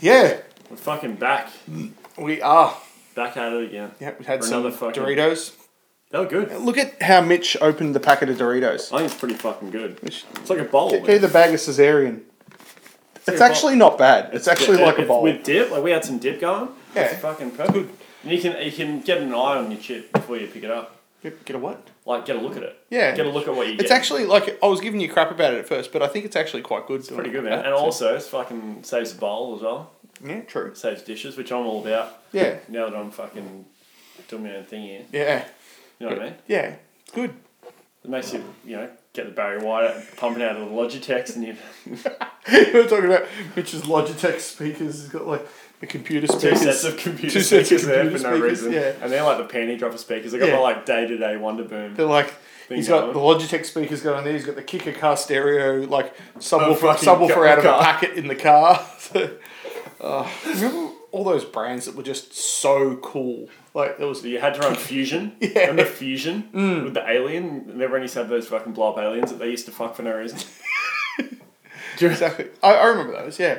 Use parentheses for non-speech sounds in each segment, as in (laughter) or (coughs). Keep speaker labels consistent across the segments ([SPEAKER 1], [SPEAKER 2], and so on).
[SPEAKER 1] Yeah,
[SPEAKER 2] We're fucking back.
[SPEAKER 1] we are.
[SPEAKER 2] Back at it again.
[SPEAKER 1] Yeah, we had
[SPEAKER 2] For
[SPEAKER 1] some
[SPEAKER 2] another fucking-
[SPEAKER 1] Doritos.
[SPEAKER 2] They were good. I
[SPEAKER 1] Look at how Mitch opened the packet of Doritos.
[SPEAKER 2] think it's pretty fucking good.
[SPEAKER 1] Mitch,
[SPEAKER 2] It's like a bowl.
[SPEAKER 1] Get the bag of cesarean.
[SPEAKER 2] like
[SPEAKER 1] It's
[SPEAKER 2] a bowl.
[SPEAKER 1] actually not bad. It's actually
[SPEAKER 2] Yeah,
[SPEAKER 1] like a
[SPEAKER 2] if-
[SPEAKER 1] bowl.
[SPEAKER 2] With dip, like we had some dip going.
[SPEAKER 1] Yeah.
[SPEAKER 2] It's fucking perfect. And you can you can get an eye on your chip before you pick it up.
[SPEAKER 1] Get get a what?
[SPEAKER 2] Like get a look at it.
[SPEAKER 1] Yeah.
[SPEAKER 2] Get a look at what you get.
[SPEAKER 1] It's actually like I was giving you crap about it at first, but I think it's actually quite good. It's
[SPEAKER 2] pretty good, man. And also, it's fucking saves a bowl as well.
[SPEAKER 1] yeah, true.
[SPEAKER 2] It saves dishes, which I'm all about.
[SPEAKER 1] Yeah,
[SPEAKER 2] Now that I'm fucking doing my own thing here,
[SPEAKER 1] yeah,
[SPEAKER 2] you know what I mean?
[SPEAKER 1] yeah. It's (laughs) good.
[SPEAKER 2] It makes you, you know, get the Barry White out, pumping out of the Logitech and you
[SPEAKER 1] we were talking about Mitch's Logitech speakers. He's got like the computer
[SPEAKER 2] two
[SPEAKER 1] speakers.
[SPEAKER 2] sets of computer
[SPEAKER 1] Two
[SPEAKER 2] speakers
[SPEAKER 1] sets of
[SPEAKER 2] there
[SPEAKER 1] computer
[SPEAKER 2] for no
[SPEAKER 1] speakers,
[SPEAKER 2] reason.
[SPEAKER 1] yeah.
[SPEAKER 2] And they're like the panty dropper speakers. I got
[SPEAKER 1] Yeah.
[SPEAKER 2] my like day to day Wonder Boom.
[SPEAKER 1] They're like
[SPEAKER 2] Thing
[SPEAKER 1] he's got
[SPEAKER 2] going.
[SPEAKER 1] the Logitech speakers going on there. He's got the kicker car stereo like subwoofer
[SPEAKER 2] fucking
[SPEAKER 1] subwoofer
[SPEAKER 2] car-
[SPEAKER 1] out of
[SPEAKER 2] car.
[SPEAKER 1] a packet in the car. (laughs) Uh, remember all those brands that were just so cool? Like there was
[SPEAKER 2] So you had to run Fusion.
[SPEAKER 1] (laughs) Yeah. Mm.
[SPEAKER 2] Remember Fusion with the alien? Remember when you had those fucking blow up aliens that they used to fuck for
[SPEAKER 1] (laughs)
[SPEAKER 2] no reason?
[SPEAKER 1] exactly. I, I remember those. Yeah,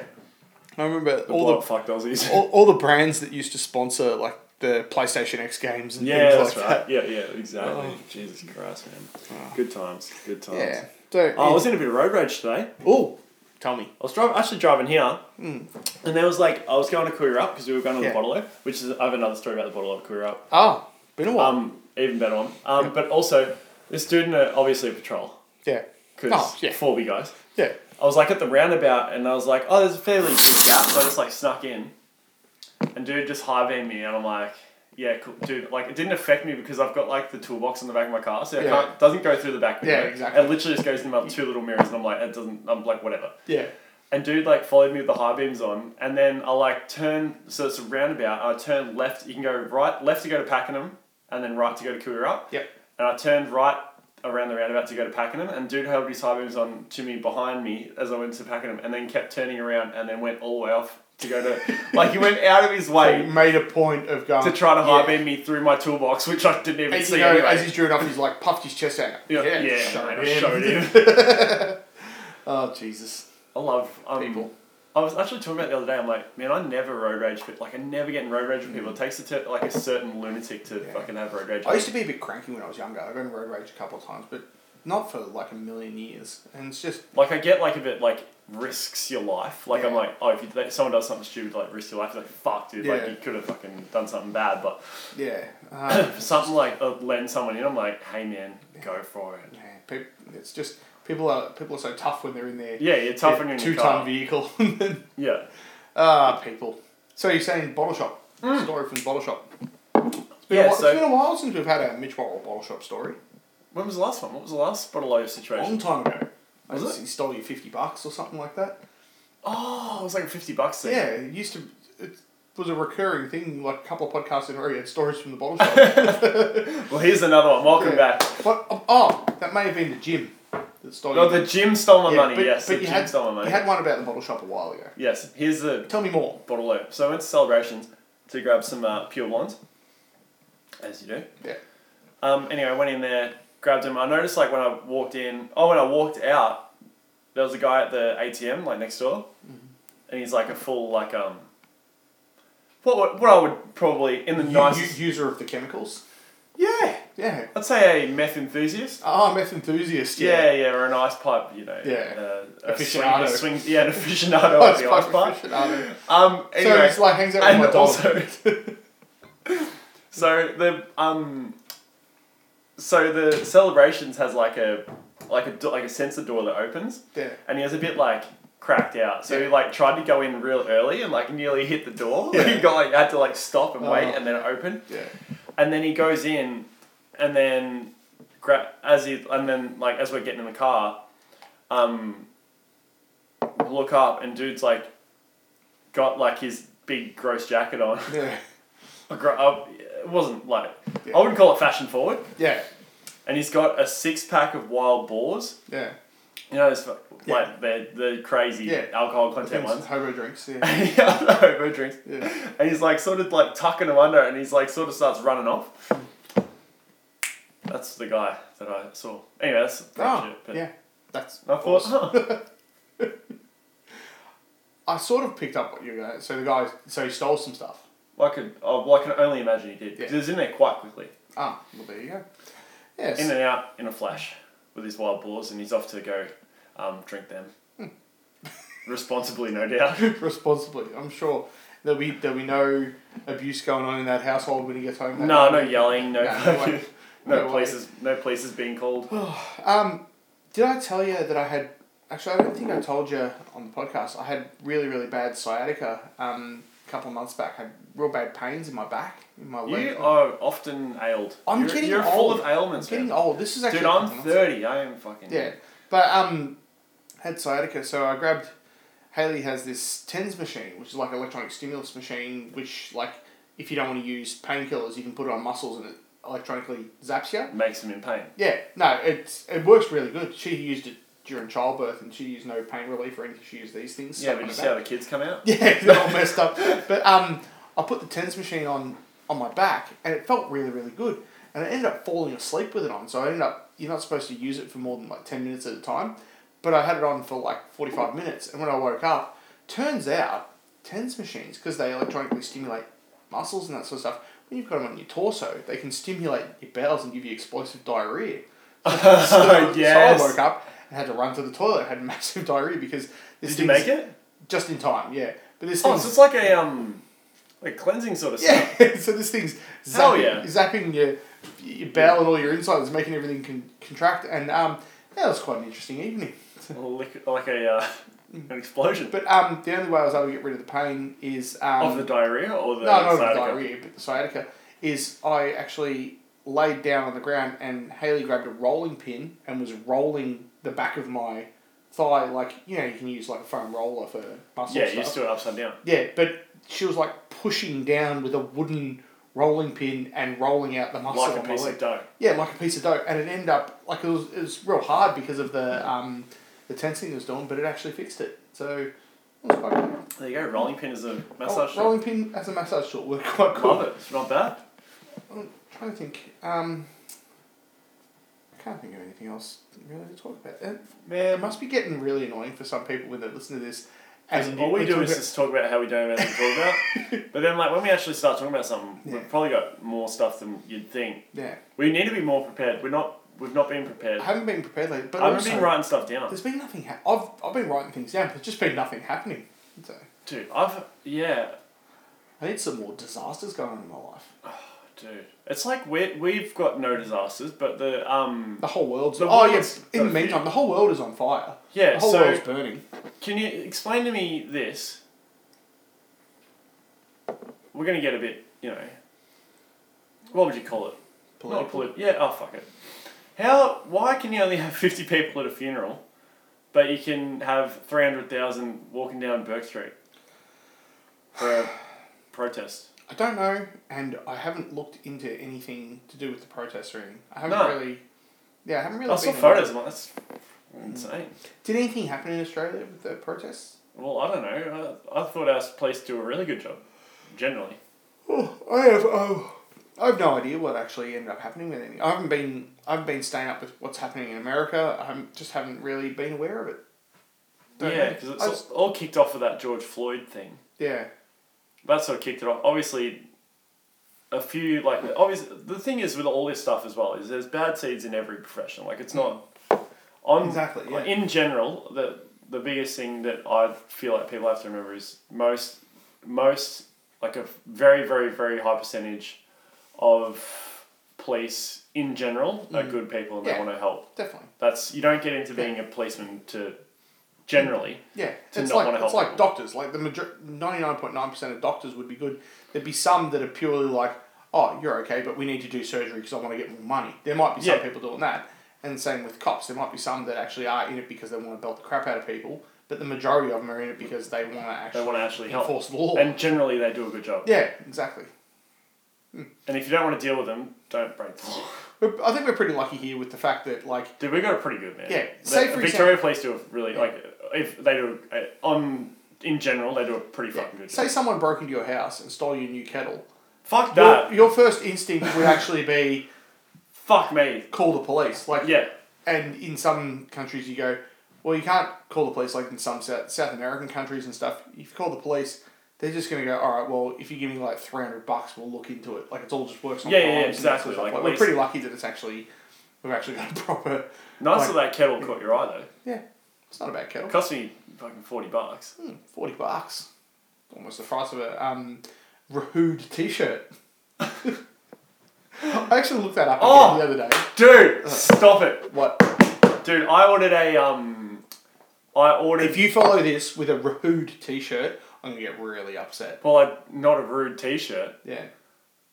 [SPEAKER 1] I remember all
[SPEAKER 2] blow
[SPEAKER 1] the
[SPEAKER 2] up fucked Aussies.
[SPEAKER 1] all, all the brands that used to sponsor like the PlayStation X games and
[SPEAKER 2] (laughs) yeah,
[SPEAKER 1] things
[SPEAKER 2] that's
[SPEAKER 1] like
[SPEAKER 2] right.
[SPEAKER 1] that. Oh.
[SPEAKER 2] Yeah, yeah, exactly. Jesus Christ, man. Good times. Good times.
[SPEAKER 1] Yeah. So
[SPEAKER 2] Oh, I was in a bit of road rage today.
[SPEAKER 1] oh, tell me.
[SPEAKER 2] I was driving, actually driving here, and there was like, I was going to Korea Up because we were going to
[SPEAKER 1] Mm. Yeah.
[SPEAKER 2] the Bottle which is, I have another story about the Bottle of Korea Up.
[SPEAKER 1] Ah, been a while.
[SPEAKER 2] Um, even better one. Um, but also this dude in a, obviously a patrol
[SPEAKER 1] yeah.
[SPEAKER 2] because
[SPEAKER 1] Oh, yeah.
[SPEAKER 2] four big guys.
[SPEAKER 1] Yeah.
[SPEAKER 2] I was like at the roundabout and I was like, oh, there's a fairly big gap, so I just like snuck in, and dude just high beamed me and I'm like. Yeah, cool. dude. Like, it didn't affect me because I've got like the toolbox in the back of my car, so it
[SPEAKER 1] Yeah.
[SPEAKER 2] can't, doesn't go through the back window.
[SPEAKER 1] Yeah, exactly.
[SPEAKER 2] It literally just goes into my two little mirrors, and I'm like, it doesn't. I'm like, whatever.
[SPEAKER 1] Yeah.
[SPEAKER 2] And dude like followed me with the high beams on, and then I like turn. So it's a roundabout. And I turn left. You can go right, left to go to Pakenham, and then right to go to Koorap.
[SPEAKER 1] Yep.
[SPEAKER 2] And I turned right around the roundabout to go to Pakenham, and dude held his high beams on to me behind me as I went to Pakenham, and then kept turning around and then went all the way off to go
[SPEAKER 1] (laughs)
[SPEAKER 2] to. like, he went out of his
[SPEAKER 1] He
[SPEAKER 2] way
[SPEAKER 1] made a point of going
[SPEAKER 2] to try to high
[SPEAKER 1] yeah.
[SPEAKER 2] beam me through my toolbox, which I didn't even
[SPEAKER 1] As,
[SPEAKER 2] see
[SPEAKER 1] you know,
[SPEAKER 2] anyway.
[SPEAKER 1] as he's drew it up, he's like puffed his chest out.
[SPEAKER 2] yeah, yeah, yeah
[SPEAKER 1] show
[SPEAKER 2] showed,
[SPEAKER 1] him.
[SPEAKER 2] showed him.
[SPEAKER 1] (laughs) Oh Jesus!
[SPEAKER 2] I love um,
[SPEAKER 1] People.
[SPEAKER 2] I was actually talking about the other day. I'm like, man, I never road rage, but like, I never get in road rage with people. It takes a ter- like a certain lunatic to fucking have road rage.
[SPEAKER 1] I used to be a bit cranky when I was younger. I've been road rage a couple of times, but not for like a million years. And it's just
[SPEAKER 2] Like I get like if it like risks your life. Like I'm
[SPEAKER 1] Yeah.
[SPEAKER 2] like, oh, if you, like, someone does something stupid, like risk your life. Like fuck, dude.
[SPEAKER 1] Yeah.
[SPEAKER 2] Like you could have fucking done something bad, but
[SPEAKER 1] yeah, (coughs) uh,
[SPEAKER 2] for something like uh, letting someone in, I'm like, hey man, go for it.
[SPEAKER 1] yeah peop it's just people are people are so tough when they're in their
[SPEAKER 2] Yeah, you're tough in your
[SPEAKER 1] two
[SPEAKER 2] car.
[SPEAKER 1] ton vehicle. (laughs) And then-
[SPEAKER 2] Yeah.
[SPEAKER 1] Ah, people. So you're saying bottle shop story from bottle shop? It's been, a
[SPEAKER 2] Mm. Yeah,
[SPEAKER 1] while,
[SPEAKER 2] so-
[SPEAKER 1] it's been a while since we've had a Mitch Worrell bottle shop story.
[SPEAKER 2] When was the last one? What was the last bottle of
[SPEAKER 1] A
[SPEAKER 2] situation?
[SPEAKER 1] long time ago. I
[SPEAKER 2] Was
[SPEAKER 1] just-
[SPEAKER 2] it?
[SPEAKER 1] He stole you fifty bucks or something like that.
[SPEAKER 2] Oh, it was like fifty bucks. Then.
[SPEAKER 1] Yeah, it used to. It was a recurring thing. Like a couple of podcasts in a row, you had stories from the bottle
[SPEAKER 2] (laughs)
[SPEAKER 1] shop.
[SPEAKER 2] Well, here's another one. Welcome
[SPEAKER 1] Yeah.
[SPEAKER 2] back.
[SPEAKER 1] But oh, oh, that may have been the gym that stole.
[SPEAKER 2] No,
[SPEAKER 1] your-
[SPEAKER 2] Oh, the gym stole my
[SPEAKER 1] Yeah,
[SPEAKER 2] money.
[SPEAKER 1] but-
[SPEAKER 2] yes,
[SPEAKER 1] but
[SPEAKER 2] the
[SPEAKER 1] you
[SPEAKER 2] gym
[SPEAKER 1] had
[SPEAKER 2] stole my money.
[SPEAKER 1] you had one about the bottle shop a while ago.
[SPEAKER 2] yes, here's the
[SPEAKER 1] Tell me more.
[SPEAKER 2] bottle of. So I went to celebrations to grab some uh, pure blonde, as you do.
[SPEAKER 1] Yeah,
[SPEAKER 2] Um, anyway, I went in there, grabbed him. I noticed like when I walked in, oh, when I walked out, there was a guy at the ATM like next door,
[SPEAKER 1] Mm-hmm.
[SPEAKER 2] and he's like a full like um. What what, what I would probably in the
[SPEAKER 1] U-
[SPEAKER 2] nicest
[SPEAKER 1] u- user of the chemicals.
[SPEAKER 2] yeah
[SPEAKER 1] Yeah.
[SPEAKER 2] I'd say a meth enthusiast.
[SPEAKER 1] Ah, meth enthusiast. (laughs)
[SPEAKER 2] Yeah, yeah, or an ice pipe, you know.
[SPEAKER 1] Yeah.
[SPEAKER 2] Uh, a swing,
[SPEAKER 1] Aficionado.
[SPEAKER 2] a swing, yeah,
[SPEAKER 1] (laughs)
[SPEAKER 2] an aficionado
[SPEAKER 1] Oh, it's
[SPEAKER 2] of the ice
[SPEAKER 1] quite
[SPEAKER 2] pipe. (laughs)
[SPEAKER 1] aficionado.
[SPEAKER 2] Um, anyway,
[SPEAKER 1] So he's like hangs out with
[SPEAKER 2] and
[SPEAKER 1] my dog.
[SPEAKER 2] also, (laughs) so the um, so the celebrations has like a like a do- like a sensor door that opens,
[SPEAKER 1] yeah.
[SPEAKER 2] and he was a bit like cracked out. So he like tried to go in real early and like nearly hit the door. (laughs)
[SPEAKER 1] Yeah.
[SPEAKER 2] he got like had to like stop and wait
[SPEAKER 1] Oh.
[SPEAKER 2] and then it opened,
[SPEAKER 1] Yeah.
[SPEAKER 2] and then he goes in, and then gra- as he and then like as we're getting in the car, um, look up and dude's like got like his big gross jacket on. (laughs)
[SPEAKER 1] Yeah.
[SPEAKER 2] A gro- uh, it wasn't like
[SPEAKER 1] Yeah.
[SPEAKER 2] I wouldn't call it fashion forward.
[SPEAKER 1] Yeah.
[SPEAKER 2] And he's got a six pack of wild boars.
[SPEAKER 1] Yeah.
[SPEAKER 2] You know, those, fu-
[SPEAKER 1] Yeah.
[SPEAKER 2] like the the crazy
[SPEAKER 1] Yeah.
[SPEAKER 2] alcohol content
[SPEAKER 1] Things,
[SPEAKER 2] ones. (laughs)
[SPEAKER 1] hobo drinks. Yeah.
[SPEAKER 2] yeah, the hobo drinks.
[SPEAKER 1] yeah.
[SPEAKER 2] And he's like sort of like tucking them under, and he's like sort of starts running off. That's the guy that I saw. Anyway, that's pretty
[SPEAKER 1] Oh,
[SPEAKER 2] shit, but (laughs)
[SPEAKER 1] yeah. That's
[SPEAKER 2] I thought, huh,
[SPEAKER 1] I sort of picked up what you were going. So the guy, so he stole some stuff.
[SPEAKER 2] Well, I could, oh, well, I can only imagine he did. 'cause He was in there quite quickly,
[SPEAKER 1] Ah, well there you go. Yes.
[SPEAKER 2] in and out in a flash, with his wild boars, and he's off to go um, drink them
[SPEAKER 1] Hmm.
[SPEAKER 2] (laughs) responsibly, no doubt.
[SPEAKER 1] (laughs)
[SPEAKER 2] (laughs)
[SPEAKER 1] responsibly. I'm sure there'll be there'll be no abuse going on in that household when he gets home. that
[SPEAKER 2] No, no
[SPEAKER 1] night.
[SPEAKER 2] yelling, no,
[SPEAKER 1] No, no way.
[SPEAKER 2] (laughs) no,
[SPEAKER 1] No way.
[SPEAKER 2] places, no places
[SPEAKER 1] (gasps)
[SPEAKER 2] being called.
[SPEAKER 1] Um, did I tell you that I had? Actually, I don't think I told you on the podcast. I had really really bad sciatica. Um, a couple of months back, I had real bad pains in my back, in my
[SPEAKER 2] You
[SPEAKER 1] leg.
[SPEAKER 2] are often ailed.
[SPEAKER 1] I'm
[SPEAKER 2] you're,
[SPEAKER 1] getting
[SPEAKER 2] You're full
[SPEAKER 1] old.
[SPEAKER 2] of
[SPEAKER 1] I'm
[SPEAKER 2] ailments,
[SPEAKER 1] getting
[SPEAKER 2] man.
[SPEAKER 1] old. This is actually.
[SPEAKER 2] Dude,
[SPEAKER 1] a
[SPEAKER 2] I'm
[SPEAKER 1] couple months-
[SPEAKER 2] thirty. I am fucking.
[SPEAKER 1] Yeah, but um, had sciatica, so I grabbed. Haley has this TENS machine, which is like an electronic stimulus machine, which like if you don't want to use painkillers, you can put it on muscles and it electronically zaps you.
[SPEAKER 2] Makes them in pain.
[SPEAKER 1] Yeah, no, it's it works really good. She used it during childbirth, and she used no pain relief or anything. She used these things.
[SPEAKER 2] Yeah,
[SPEAKER 1] stuck on
[SPEAKER 2] but you
[SPEAKER 1] her
[SPEAKER 2] see
[SPEAKER 1] back.
[SPEAKER 2] how the kids come (laughs) out.
[SPEAKER 1] (laughs) Yeah, they're all messed up. But um, I put the tens machine on on my back, and it felt really, really good. And I ended up falling asleep with it on. So I ended up you're not supposed to use it for more than like ten minutes at a time, but I had it on for like forty five minutes. And when I woke up, turns out tens machines because they electronically stimulate muscles and that sort of stuff. When you've got them on your torso, they can stimulate your bowels and give you explosive
[SPEAKER 2] (laughs)
[SPEAKER 1] diarrhea. so,
[SPEAKER 2] Oh,
[SPEAKER 1] (laughs)
[SPEAKER 2] yes.
[SPEAKER 1] I woke up and had to run to the toilet. had massive (laughs) diarrhea because this
[SPEAKER 2] Did you
[SPEAKER 1] thing's-
[SPEAKER 2] make it?
[SPEAKER 1] just in time, yeah. But this
[SPEAKER 2] Oh,
[SPEAKER 1] thing's
[SPEAKER 2] so it's like a um, like cleansing sort of stuff.
[SPEAKER 1] yeah. (laughs) so this thing's
[SPEAKER 2] Hell
[SPEAKER 1] zapping,
[SPEAKER 2] yeah.
[SPEAKER 1] zapping your your bowel and all your insides, making everything con- contract. And um, yeah, it was quite an interesting evening.
[SPEAKER 2] Like, like a uh, an explosion
[SPEAKER 1] Mm. But um, the only way I was able to get rid of the pain is um,
[SPEAKER 2] of the diarrhea or the
[SPEAKER 1] no, not of the
[SPEAKER 2] sciatica?
[SPEAKER 1] diarrhea, but the sciatica is I actually laid down on the ground and Haley grabbed a rolling pin and was rolling the back of my thigh like you know you can use like a foam roller for muscle
[SPEAKER 2] Yeah,
[SPEAKER 1] stuff.
[SPEAKER 2] you just do it upside down.
[SPEAKER 1] Yeah, but she was like pushing down with a wooden rolling pin and rolling out the muscle
[SPEAKER 2] Like a
[SPEAKER 1] on my
[SPEAKER 2] piece
[SPEAKER 1] leg.
[SPEAKER 2] of dough.
[SPEAKER 1] Yeah, like a piece of dough, and it ended up like it was it was real hard because of the um the tensing it was doing, but it actually fixed it. So it was quite good.
[SPEAKER 2] There you go. Rolling pin is a
[SPEAKER 1] Roll-
[SPEAKER 2] massage. tool.
[SPEAKER 1] Oh, rolling pin as a massage tool worked quite cool.
[SPEAKER 2] Love it. It's not bad.
[SPEAKER 1] I'm trying to think. Um, I can't think of anything else really to talk about. It, it
[SPEAKER 2] Man,
[SPEAKER 1] must be getting really annoying for some people when they listen to this.
[SPEAKER 2] And all we do is just talk about how we don't have anything to
[SPEAKER 1] (laughs)
[SPEAKER 2] talk about. But then, like, when we actually start talking about something,
[SPEAKER 1] Yeah.
[SPEAKER 2] we've probably got more stuff than you'd think.
[SPEAKER 1] yeah.
[SPEAKER 2] We need to be more prepared. We're not. We've not been prepared.
[SPEAKER 1] I haven't been prepared lately, but
[SPEAKER 2] I've
[SPEAKER 1] also-
[SPEAKER 2] been writing stuff down,
[SPEAKER 1] There's been nothing. Ha- I've I've been writing things down, but there's just been nothing happening. So
[SPEAKER 2] dude. I've yeah,
[SPEAKER 1] I need some more disasters going on in my life.
[SPEAKER 2] dude. It's like we we've got no disasters, but the um
[SPEAKER 1] The whole world's
[SPEAKER 2] The
[SPEAKER 1] oh
[SPEAKER 2] world's
[SPEAKER 1] yes. In the
[SPEAKER 2] got a
[SPEAKER 1] meantime, the whole world is on fire.
[SPEAKER 2] yeah.
[SPEAKER 1] the whole
[SPEAKER 2] So
[SPEAKER 1] world's burning.
[SPEAKER 2] can you explain to me this? We're gonna get a bit, you know. What would you call it? Not
[SPEAKER 1] Political.
[SPEAKER 2] polit- yeah, oh fuck it. How? Why can you only have fifty people at a funeral, but you can have three hundred thousand walking down Burke Street for a protest?
[SPEAKER 1] I don't know, and I haven't looked into anything to do with the protests or anything. I haven't
[SPEAKER 2] No.
[SPEAKER 1] really. Yeah, I haven't really.
[SPEAKER 2] I saw
[SPEAKER 1] been-
[SPEAKER 2] photos. I'm like, that's insane.
[SPEAKER 1] Did anything happen in Australia with the protests?
[SPEAKER 2] Well, I don't know. I, I thought our police do a really good job, generally.
[SPEAKER 1] Oh, I have. Oh, I have no idea what actually ended up happening with anything. I haven't been. I've been staying up with what's happening in America. I haven't- just haven't really been aware of it.
[SPEAKER 2] Yeah,
[SPEAKER 1] Don't
[SPEAKER 2] 'cause yeah,
[SPEAKER 1] know.
[SPEAKER 2] because
[SPEAKER 1] I
[SPEAKER 2] it's all all kicked off with that George Floyd thing.
[SPEAKER 1] Yeah.
[SPEAKER 2] That sort of kicked it off. Obviously, a few like obviously the thing is with all this stuff as well is there's bad seeds in every profession. Like it's not on
[SPEAKER 1] Exactly, yeah.
[SPEAKER 2] in general the the biggest thing that I feel like people have to remember is most most like a very very very high percentage of police in general are good people and
[SPEAKER 1] Mm. Yeah.
[SPEAKER 2] they want to help.
[SPEAKER 1] Definitely.
[SPEAKER 2] That's you don't get into being a policeman to generally.
[SPEAKER 1] Yeah.
[SPEAKER 2] To
[SPEAKER 1] it's
[SPEAKER 2] not
[SPEAKER 1] like
[SPEAKER 2] wanna
[SPEAKER 1] it's
[SPEAKER 2] help
[SPEAKER 1] like
[SPEAKER 2] people.
[SPEAKER 1] doctors. Like the major ninety nine point nine percent of doctors would be good. There'd be some that are purely like, oh, you're okay, but we need to do surgery because I want to get more money. There might be some
[SPEAKER 2] Yeah.
[SPEAKER 1] people doing that, and same with cops. There might be some that actually are in it because they want to belt the crap out of people, but the majority of them are in it because they want to
[SPEAKER 2] They
[SPEAKER 1] actually
[SPEAKER 2] want to actually help.
[SPEAKER 1] enforce the law.
[SPEAKER 2] And generally they do a good job.
[SPEAKER 1] yeah, exactly.
[SPEAKER 2] And if you don't want to deal with them, don't break
[SPEAKER 1] (sighs)
[SPEAKER 2] the law.
[SPEAKER 1] We're, I think we're pretty lucky here with the fact that like
[SPEAKER 2] Dude, we got it pretty good, man.
[SPEAKER 1] Yeah,
[SPEAKER 2] The-
[SPEAKER 1] say for
[SPEAKER 2] Victoria Police do a really like if they do uh, on in general they do a pretty fucking good
[SPEAKER 1] say
[SPEAKER 2] job.
[SPEAKER 1] someone broke into your house and stole your new kettle.
[SPEAKER 2] Fuck that.
[SPEAKER 1] Your, your first instinct would actually be
[SPEAKER 2] Fuck me.
[SPEAKER 1] call the police. Like
[SPEAKER 2] Yeah.
[SPEAKER 1] and in some countries you go, Well, you can't call the police like in some South, South American countries and stuff. If you call the police, they're just going to go, all right, well, if you give me like 300 bucks, we'll look into it. Like, it's all just works on
[SPEAKER 2] Yeah, yeah, yeah,
[SPEAKER 1] crimes and that sort
[SPEAKER 2] exactly,
[SPEAKER 1] of stuff.
[SPEAKER 2] like,
[SPEAKER 1] Like,
[SPEAKER 2] at
[SPEAKER 1] we're
[SPEAKER 2] least-
[SPEAKER 1] pretty lucky that it's actually, we've actually got a (laughs) proper,
[SPEAKER 2] Nice
[SPEAKER 1] Like-
[SPEAKER 2] that that kettle caught your eye though.
[SPEAKER 1] yeah, it's not a bad kettle.
[SPEAKER 2] It cost me fucking forty bucks.
[SPEAKER 1] Hmm, 40 bucks. Almost the price of a um, Rahood t (laughs) shirt. I actually looked that up again
[SPEAKER 2] Oh!
[SPEAKER 1] the other day. (laughs)
[SPEAKER 2] Dude, stop it,
[SPEAKER 1] What?
[SPEAKER 2] dude. I ordered a um, I ordered
[SPEAKER 1] If you follow this with a Rahood t shirt, I'm going to get really upset.
[SPEAKER 2] well, I, not a rude T-shirt,
[SPEAKER 1] Yeah.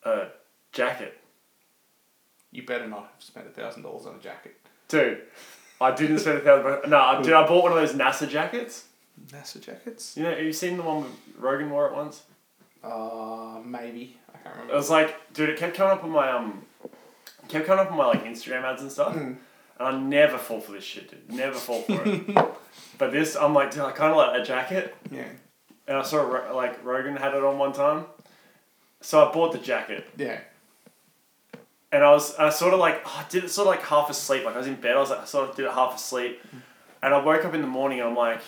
[SPEAKER 2] a jacket,
[SPEAKER 1] You better not have spent a thousand dollars on a jacket. dude.
[SPEAKER 2] dude. I didn't spend a thousand. bucks- No, I- dude, I bought one of those NASA jackets.
[SPEAKER 1] NASA jackets?
[SPEAKER 2] You know, have you seen the one with Rogan wore it once?
[SPEAKER 1] Uh, maybe I can't
[SPEAKER 2] It
[SPEAKER 1] remember.
[SPEAKER 2] was like, dude, it kept coming up on my um, it kept coming up on my like Instagram ads and stuff, and I never fall for this shit, dude. Never fall for it. but this, I'm like, dude, I kind of like that jacket,
[SPEAKER 1] Yeah,
[SPEAKER 2] and I saw Ro- like Rogan had it on one time, so I bought the jacket,
[SPEAKER 1] yeah.
[SPEAKER 2] and I was, I sort of like, oh, I did it sort of like half asleep, like I was in bed, I was like, I sort of did it half asleep, and I woke up in the morning, and I'm like,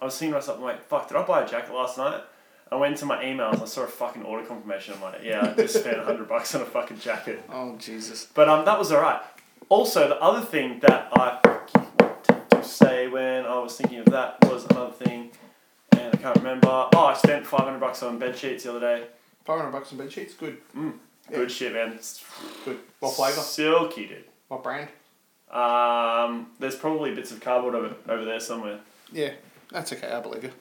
[SPEAKER 2] I was thinking to myself, I'm like, fuck, did I buy a jacket last night? I went into my emails, I saw a fucking order confirmation. I'm like, yeah, I just spent hundred bucks on a fucking jacket.
[SPEAKER 1] Oh Jesus!
[SPEAKER 2] But um, that was alright. Also, the other thing that I fucking wanted to say when I was thinking of that was another thing, and I can't remember. Oh, I spent five hundred bucks on bed sheets the other day.
[SPEAKER 1] Five hundred bucks on bed sheets. Good,
[SPEAKER 2] Good shit, man. It's
[SPEAKER 1] good. What flavour?
[SPEAKER 2] Silky, dude.
[SPEAKER 1] What brand?
[SPEAKER 2] Um, there's probably bits of cardboard over, over there somewhere.
[SPEAKER 1] Yeah, that's okay. I believe you.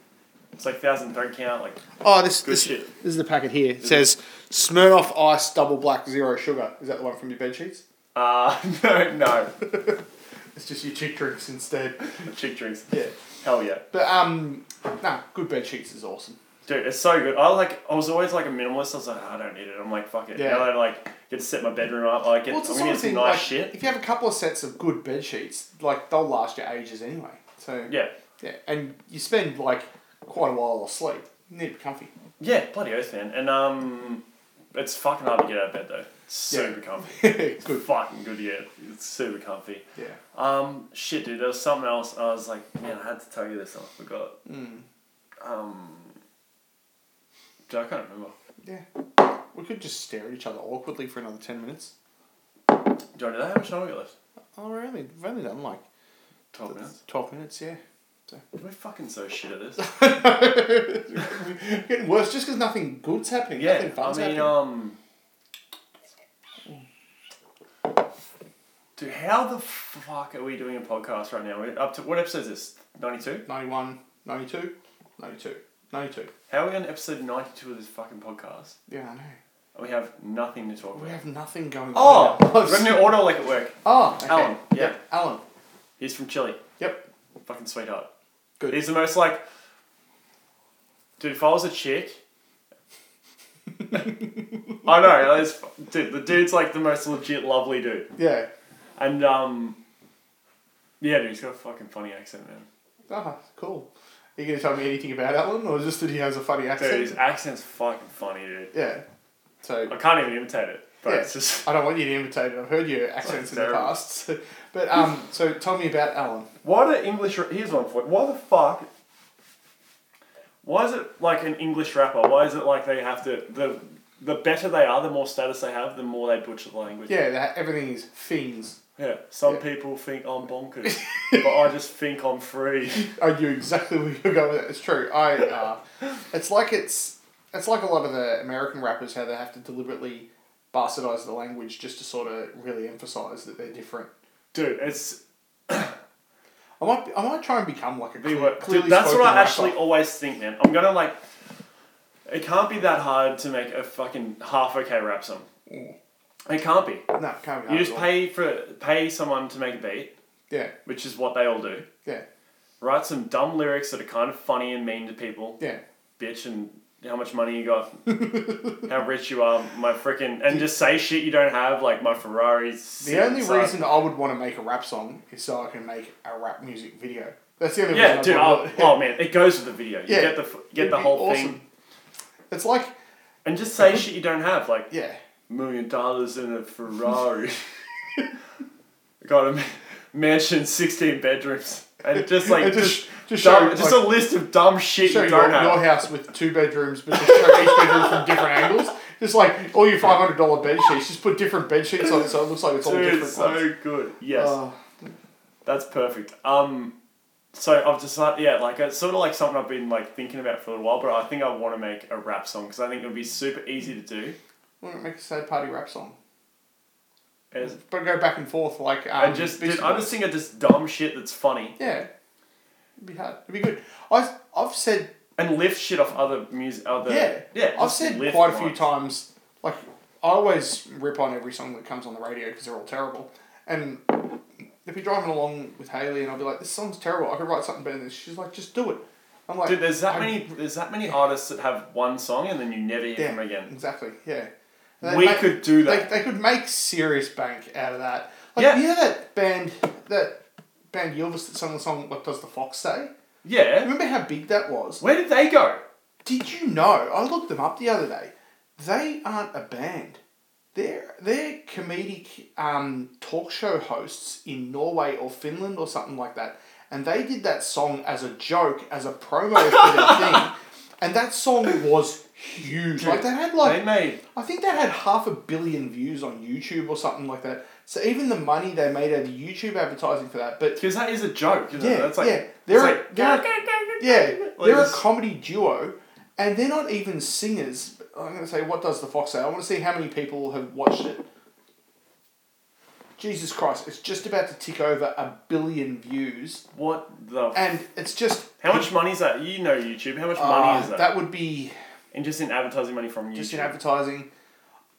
[SPEAKER 2] It's like thousand don't count. Like
[SPEAKER 1] Oh, this
[SPEAKER 2] Good
[SPEAKER 1] this,
[SPEAKER 2] shit.
[SPEAKER 1] this is the packet here. It says Smirnoff Ice Double Black Zero Sugar. Is that the one from your bed sheets?
[SPEAKER 2] uh, (laughs) no, no,
[SPEAKER 1] It's just your chick drinks instead.
[SPEAKER 2] chick drinks.
[SPEAKER 1] (laughs) yeah,
[SPEAKER 2] Hell yeah.
[SPEAKER 1] but um, nah, good bed sheets is awesome.
[SPEAKER 2] Dude, it's so good. I like. I was always like a minimalist. I was like, "Oh, I don't need it. I'm like, fuck it.
[SPEAKER 1] Yeah.
[SPEAKER 2] Now that I like get to set my bedroom up. I get.
[SPEAKER 1] Well, it's the
[SPEAKER 2] I'm
[SPEAKER 1] sort
[SPEAKER 2] gonna
[SPEAKER 1] of
[SPEAKER 2] get some
[SPEAKER 1] thing.
[SPEAKER 2] nice
[SPEAKER 1] like,
[SPEAKER 2] shit.
[SPEAKER 1] If you have a couple of sets of good bed sheets, like they'll last you ages anyway. So
[SPEAKER 2] Yeah,
[SPEAKER 1] Yeah, and you spend like quite a while asleep. You need to be comfy. (laughs)
[SPEAKER 2] yeah, bloody oath, man. And um, it's fucking hard to get out of bed though. It's
[SPEAKER 1] Yeah.
[SPEAKER 2] super comfy.
[SPEAKER 1] Good.
[SPEAKER 2] Fucking good, yeah. It's super comfy.
[SPEAKER 1] Yeah.
[SPEAKER 2] Um, shit, dude. There was something else. I was like, man, I had to tell you this. and I forgot.
[SPEAKER 1] Mm.
[SPEAKER 2] Um, dude, I can't remember.
[SPEAKER 1] Yeah. We could just stare at each other awkwardly for another ten minutes.
[SPEAKER 2] Johnny, how much time we got left?
[SPEAKER 1] Oh, we're only we've only done like
[SPEAKER 2] Twelve minutes.
[SPEAKER 1] twelve minutes. Yeah.
[SPEAKER 2] We're fucking so shit
[SPEAKER 1] (laughs)
[SPEAKER 2] at this.
[SPEAKER 1] Getting worse just because nothing good's happening.
[SPEAKER 2] Yeah,
[SPEAKER 1] Nothing
[SPEAKER 2] I mean,
[SPEAKER 1] fun's happening.
[SPEAKER 2] um. um, Dude, how the fuck are we doing a podcast right now? We're up to what episode is this? Ninety two.
[SPEAKER 1] 91, 92, 92, 92.
[SPEAKER 2] How are we on episode ninety two of this fucking podcast?
[SPEAKER 1] Yeah, I know.
[SPEAKER 2] And we have nothing to talk
[SPEAKER 1] We
[SPEAKER 2] about.
[SPEAKER 1] have nothing going
[SPEAKER 2] Oh,
[SPEAKER 1] (laughs) on. in our lives.
[SPEAKER 2] revenue order like at work.
[SPEAKER 1] Oh, okay.
[SPEAKER 2] Alan, yeah.
[SPEAKER 1] Yep, Alan.
[SPEAKER 2] He's from Chile.
[SPEAKER 1] Yep.
[SPEAKER 2] Fucking sweetheart.
[SPEAKER 1] Good.
[SPEAKER 2] He's the most like. Dude, if I was a chick. I know, that's, dude. The dude's like the most legit, lovely dude.
[SPEAKER 1] Yeah.
[SPEAKER 2] And um, yeah, dude, he's got a fucking funny accent, man.
[SPEAKER 1] Ah, cool. Are you going to tell me anything about Alan or just that he has a funny accent?
[SPEAKER 2] Dude, his accent's fucking funny, dude.
[SPEAKER 1] Yeah. So
[SPEAKER 2] I can't even imitate it, but it's
[SPEAKER 1] Yeah.
[SPEAKER 2] just
[SPEAKER 1] I don't want you to imitate it. I've heard your accents in the
[SPEAKER 2] terrible.
[SPEAKER 1] past. (laughs) so- But um, so tell me about Alan.
[SPEAKER 2] why do English? ra- Here's one for you. Why the fuck? Why is it like an English rapper? Why is it like they have to the the better they are, the more status they have, the more they butcher the language.
[SPEAKER 1] Yeah, that, everything is fiends.
[SPEAKER 2] Yeah. Some
[SPEAKER 1] Yeah.
[SPEAKER 2] people think I'm bonkers,
[SPEAKER 1] (laughs)
[SPEAKER 2] but I just think I'm free.
[SPEAKER 1] I knew exactly (laughs) where you were going. With that. It's true. I.
[SPEAKER 2] (laughs)
[SPEAKER 1] Uh, it's like it's it's like a lot of the American rappers how they have to deliberately bastardize the language just to sort of really emphasize that they're different.
[SPEAKER 2] Dude, it's
[SPEAKER 1] I might be- I might try and become like a
[SPEAKER 2] They
[SPEAKER 1] cle-
[SPEAKER 2] were-
[SPEAKER 1] clearly
[SPEAKER 2] Dude, that's what
[SPEAKER 1] spoken
[SPEAKER 2] I
[SPEAKER 1] rapper.
[SPEAKER 2] actually always think, man. I'm gonna like. It can't be that hard to make a fucking half okay rap song. It can't be.
[SPEAKER 1] No, can't be hard
[SPEAKER 2] You just
[SPEAKER 1] at all.
[SPEAKER 2] pay for pay someone to make a beat,
[SPEAKER 1] Yeah,
[SPEAKER 2] which is what they all do.
[SPEAKER 1] yeah,
[SPEAKER 2] Write some dumb lyrics that are kind of funny and mean to people,
[SPEAKER 1] yeah.
[SPEAKER 2] bitch, and how much money
[SPEAKER 1] (laughs)
[SPEAKER 2] you got, how rich you are, my freaking, and just say shit you don't have, like my Ferrari's.
[SPEAKER 1] The only reason that I would want to make a rap song is so I can make a rap music video. That's the only
[SPEAKER 2] Yeah,
[SPEAKER 1] reason.
[SPEAKER 2] dude.
[SPEAKER 1] I'd wanna
[SPEAKER 2] Oh,
[SPEAKER 1] do it. (laughs)
[SPEAKER 2] (laughs) oh man, it goes with the video. You
[SPEAKER 1] Yeah.
[SPEAKER 2] get the f- get
[SPEAKER 1] It'd
[SPEAKER 2] the
[SPEAKER 1] be
[SPEAKER 2] whole
[SPEAKER 1] awesome.
[SPEAKER 2] thing,
[SPEAKER 1] It's like
[SPEAKER 2] and
[SPEAKER 1] (laughs)
[SPEAKER 2] just say shit you don't have, like
[SPEAKER 1] yeah,
[SPEAKER 2] million dollars in a (laughs) Ferrari. Got a ma- mansion, 16 bedrooms. and just like
[SPEAKER 1] And
[SPEAKER 2] just
[SPEAKER 1] just just show
[SPEAKER 2] dumb, just
[SPEAKER 1] like,
[SPEAKER 2] a list of dumb shit
[SPEAKER 1] show
[SPEAKER 2] you
[SPEAKER 1] your,
[SPEAKER 2] don't
[SPEAKER 1] your
[SPEAKER 2] have.
[SPEAKER 1] house with two bedrooms, but just show each bedroom from different angles. Just like all your five hundred dollar bed sheets, just put different bed sheets on it, so it looks like it's all
[SPEAKER 2] Dude,
[SPEAKER 1] different. ones.
[SPEAKER 2] so good. Yes,
[SPEAKER 1] Oh,
[SPEAKER 2] that's perfect. Um, so I've decided, yeah, like it's sort of like something I've been like thinking about for a little while, but I think I want to make a rap song because I think it would be super easy to do.
[SPEAKER 1] wouldn't it make a sad party rap song?
[SPEAKER 2] As-
[SPEAKER 1] But go back and forth like um,
[SPEAKER 2] I just,
[SPEAKER 1] Beastie
[SPEAKER 2] dude, I'm
[SPEAKER 1] Boys.
[SPEAKER 2] just thinking of just dumb shit that's funny
[SPEAKER 1] yeah. It'd be hard. It'd be good. I I've said
[SPEAKER 2] and lift shit off other music. Other
[SPEAKER 1] yeah
[SPEAKER 2] Uh, yeah.
[SPEAKER 1] I've
[SPEAKER 2] just
[SPEAKER 1] said
[SPEAKER 2] lift
[SPEAKER 1] quite a few
[SPEAKER 2] ones.
[SPEAKER 1] times like I always rip on every song that comes on the radio because they're all terrible and. If you're driving along with Haley and I'll be like, this song's terrible. I could write something better than this. She's like, just do it. I'm like,
[SPEAKER 2] Dude, there's that
[SPEAKER 1] I-
[SPEAKER 2] many. There's that many artists that have one song and then you never hear
[SPEAKER 1] Yeah,
[SPEAKER 2] them again.
[SPEAKER 1] Exactly. Yeah.
[SPEAKER 2] we
[SPEAKER 1] make-
[SPEAKER 2] could do
[SPEAKER 1] They,
[SPEAKER 2] that.
[SPEAKER 1] they could make serious bank out of that. Like,
[SPEAKER 2] Yeah.
[SPEAKER 1] You know that band that band Yelvis that sung the song "What Does the Fox Say"?
[SPEAKER 2] yeah.
[SPEAKER 1] Remember how big that was?
[SPEAKER 2] Where did they go?
[SPEAKER 1] Did you know? I looked them up the other day. They aren't a band. They're they're comedic um, talk show hosts in Norway or Finland or something like that. And they did that song as a joke, as a promo for
[SPEAKER 2] (laughs)
[SPEAKER 1] their thing. And that song was huge. Like they had like
[SPEAKER 2] They made
[SPEAKER 1] I think they had half a billion views on YouTube or something like that. So even the money they made out of YouTube advertising for that, but
[SPEAKER 2] because that is a joke. Isn't
[SPEAKER 1] yeah,
[SPEAKER 2] it? That's like
[SPEAKER 1] yeah,
[SPEAKER 2] They're
[SPEAKER 1] they're a,
[SPEAKER 2] like,
[SPEAKER 1] they're a- yeah,
[SPEAKER 2] Like
[SPEAKER 1] they're a
[SPEAKER 2] this-
[SPEAKER 1] comedy duo, and they're not even singers. I'm gonna say, what does the fox say? I want to see how many people have watched it. Jesus Christ, it's just about to tick over a billion views,
[SPEAKER 2] what the? f-
[SPEAKER 1] and it's just
[SPEAKER 2] how much money is that? You know YouTube. How much
[SPEAKER 1] uh,
[SPEAKER 2] money is that?
[SPEAKER 1] that would be
[SPEAKER 2] And just in advertising money from YouTube.
[SPEAKER 1] just in advertising,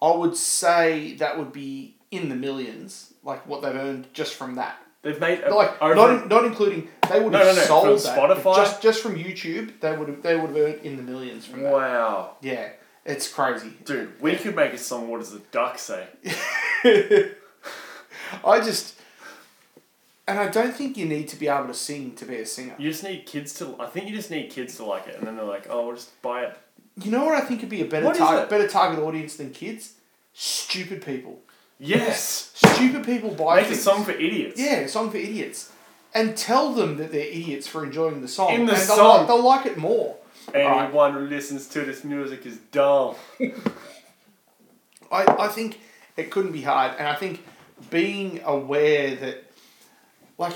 [SPEAKER 1] I would say that would be in the millions, like what they've earned just from that.
[SPEAKER 2] They've made a,
[SPEAKER 1] Like
[SPEAKER 2] over,
[SPEAKER 1] not in, not including they would
[SPEAKER 2] No,
[SPEAKER 1] have
[SPEAKER 2] no, no,
[SPEAKER 1] sold
[SPEAKER 2] from
[SPEAKER 1] that, but
[SPEAKER 2] Spotify?
[SPEAKER 1] just just from YouTube they would have they would have earned in the millions from that.
[SPEAKER 2] wow,
[SPEAKER 1] Yeah, it's
[SPEAKER 2] (laughs)
[SPEAKER 1] crazy. (laughs)
[SPEAKER 2] dude, we could make a song. What does the duck say?
[SPEAKER 1] I just and I don't think you need to be able to sing to be a singer.
[SPEAKER 2] You just need kids to. I think you just need kids to like it, and then they're like, oh, we'll just buy it.
[SPEAKER 1] You know what I think would be a better
[SPEAKER 2] What is
[SPEAKER 1] target
[SPEAKER 2] it?
[SPEAKER 1] better target audience than kids? Stupid people.
[SPEAKER 2] Yes.
[SPEAKER 1] Stupid people buy
[SPEAKER 2] Make a
[SPEAKER 1] things.
[SPEAKER 2] song for idiots.
[SPEAKER 1] Yeah, a song for idiots. And tell them that they're idiots for enjoying the song.
[SPEAKER 2] In the
[SPEAKER 1] and they'll
[SPEAKER 2] song.
[SPEAKER 1] Like, they'll like it more.
[SPEAKER 2] Anyone who listens to this music is dumb.
[SPEAKER 1] I, I think it couldn't be hard. And I think being aware that, like,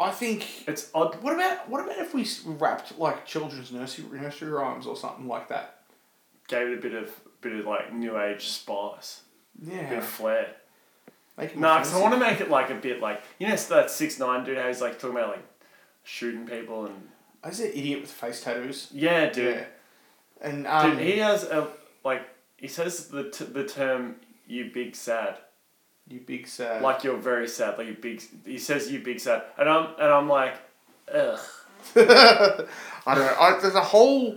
[SPEAKER 1] I think.
[SPEAKER 2] It's odd.
[SPEAKER 1] What about what about if we s- wrapped like children's nursery nursery rhymes or something like that?
[SPEAKER 2] Gave it a bit of bit of like new age spice, a bit
[SPEAKER 1] Yeah.
[SPEAKER 2] of flair.
[SPEAKER 1] Make it
[SPEAKER 2] No,
[SPEAKER 1] more
[SPEAKER 2] because I
[SPEAKER 1] fancy.
[SPEAKER 2] want to make it like a bit like you know so that six nine dude how he's like talking about like shooting people and
[SPEAKER 1] I said idiot with face tattoos.
[SPEAKER 2] yeah, dude.
[SPEAKER 1] Yeah. And um,
[SPEAKER 2] dude, he has a like he says the t- the term you big sad
[SPEAKER 1] you big sad.
[SPEAKER 2] like you're very sad like you big he says you big sad and I'm and I'm like ugh.
[SPEAKER 1] (laughs) I don't know. I, there's a whole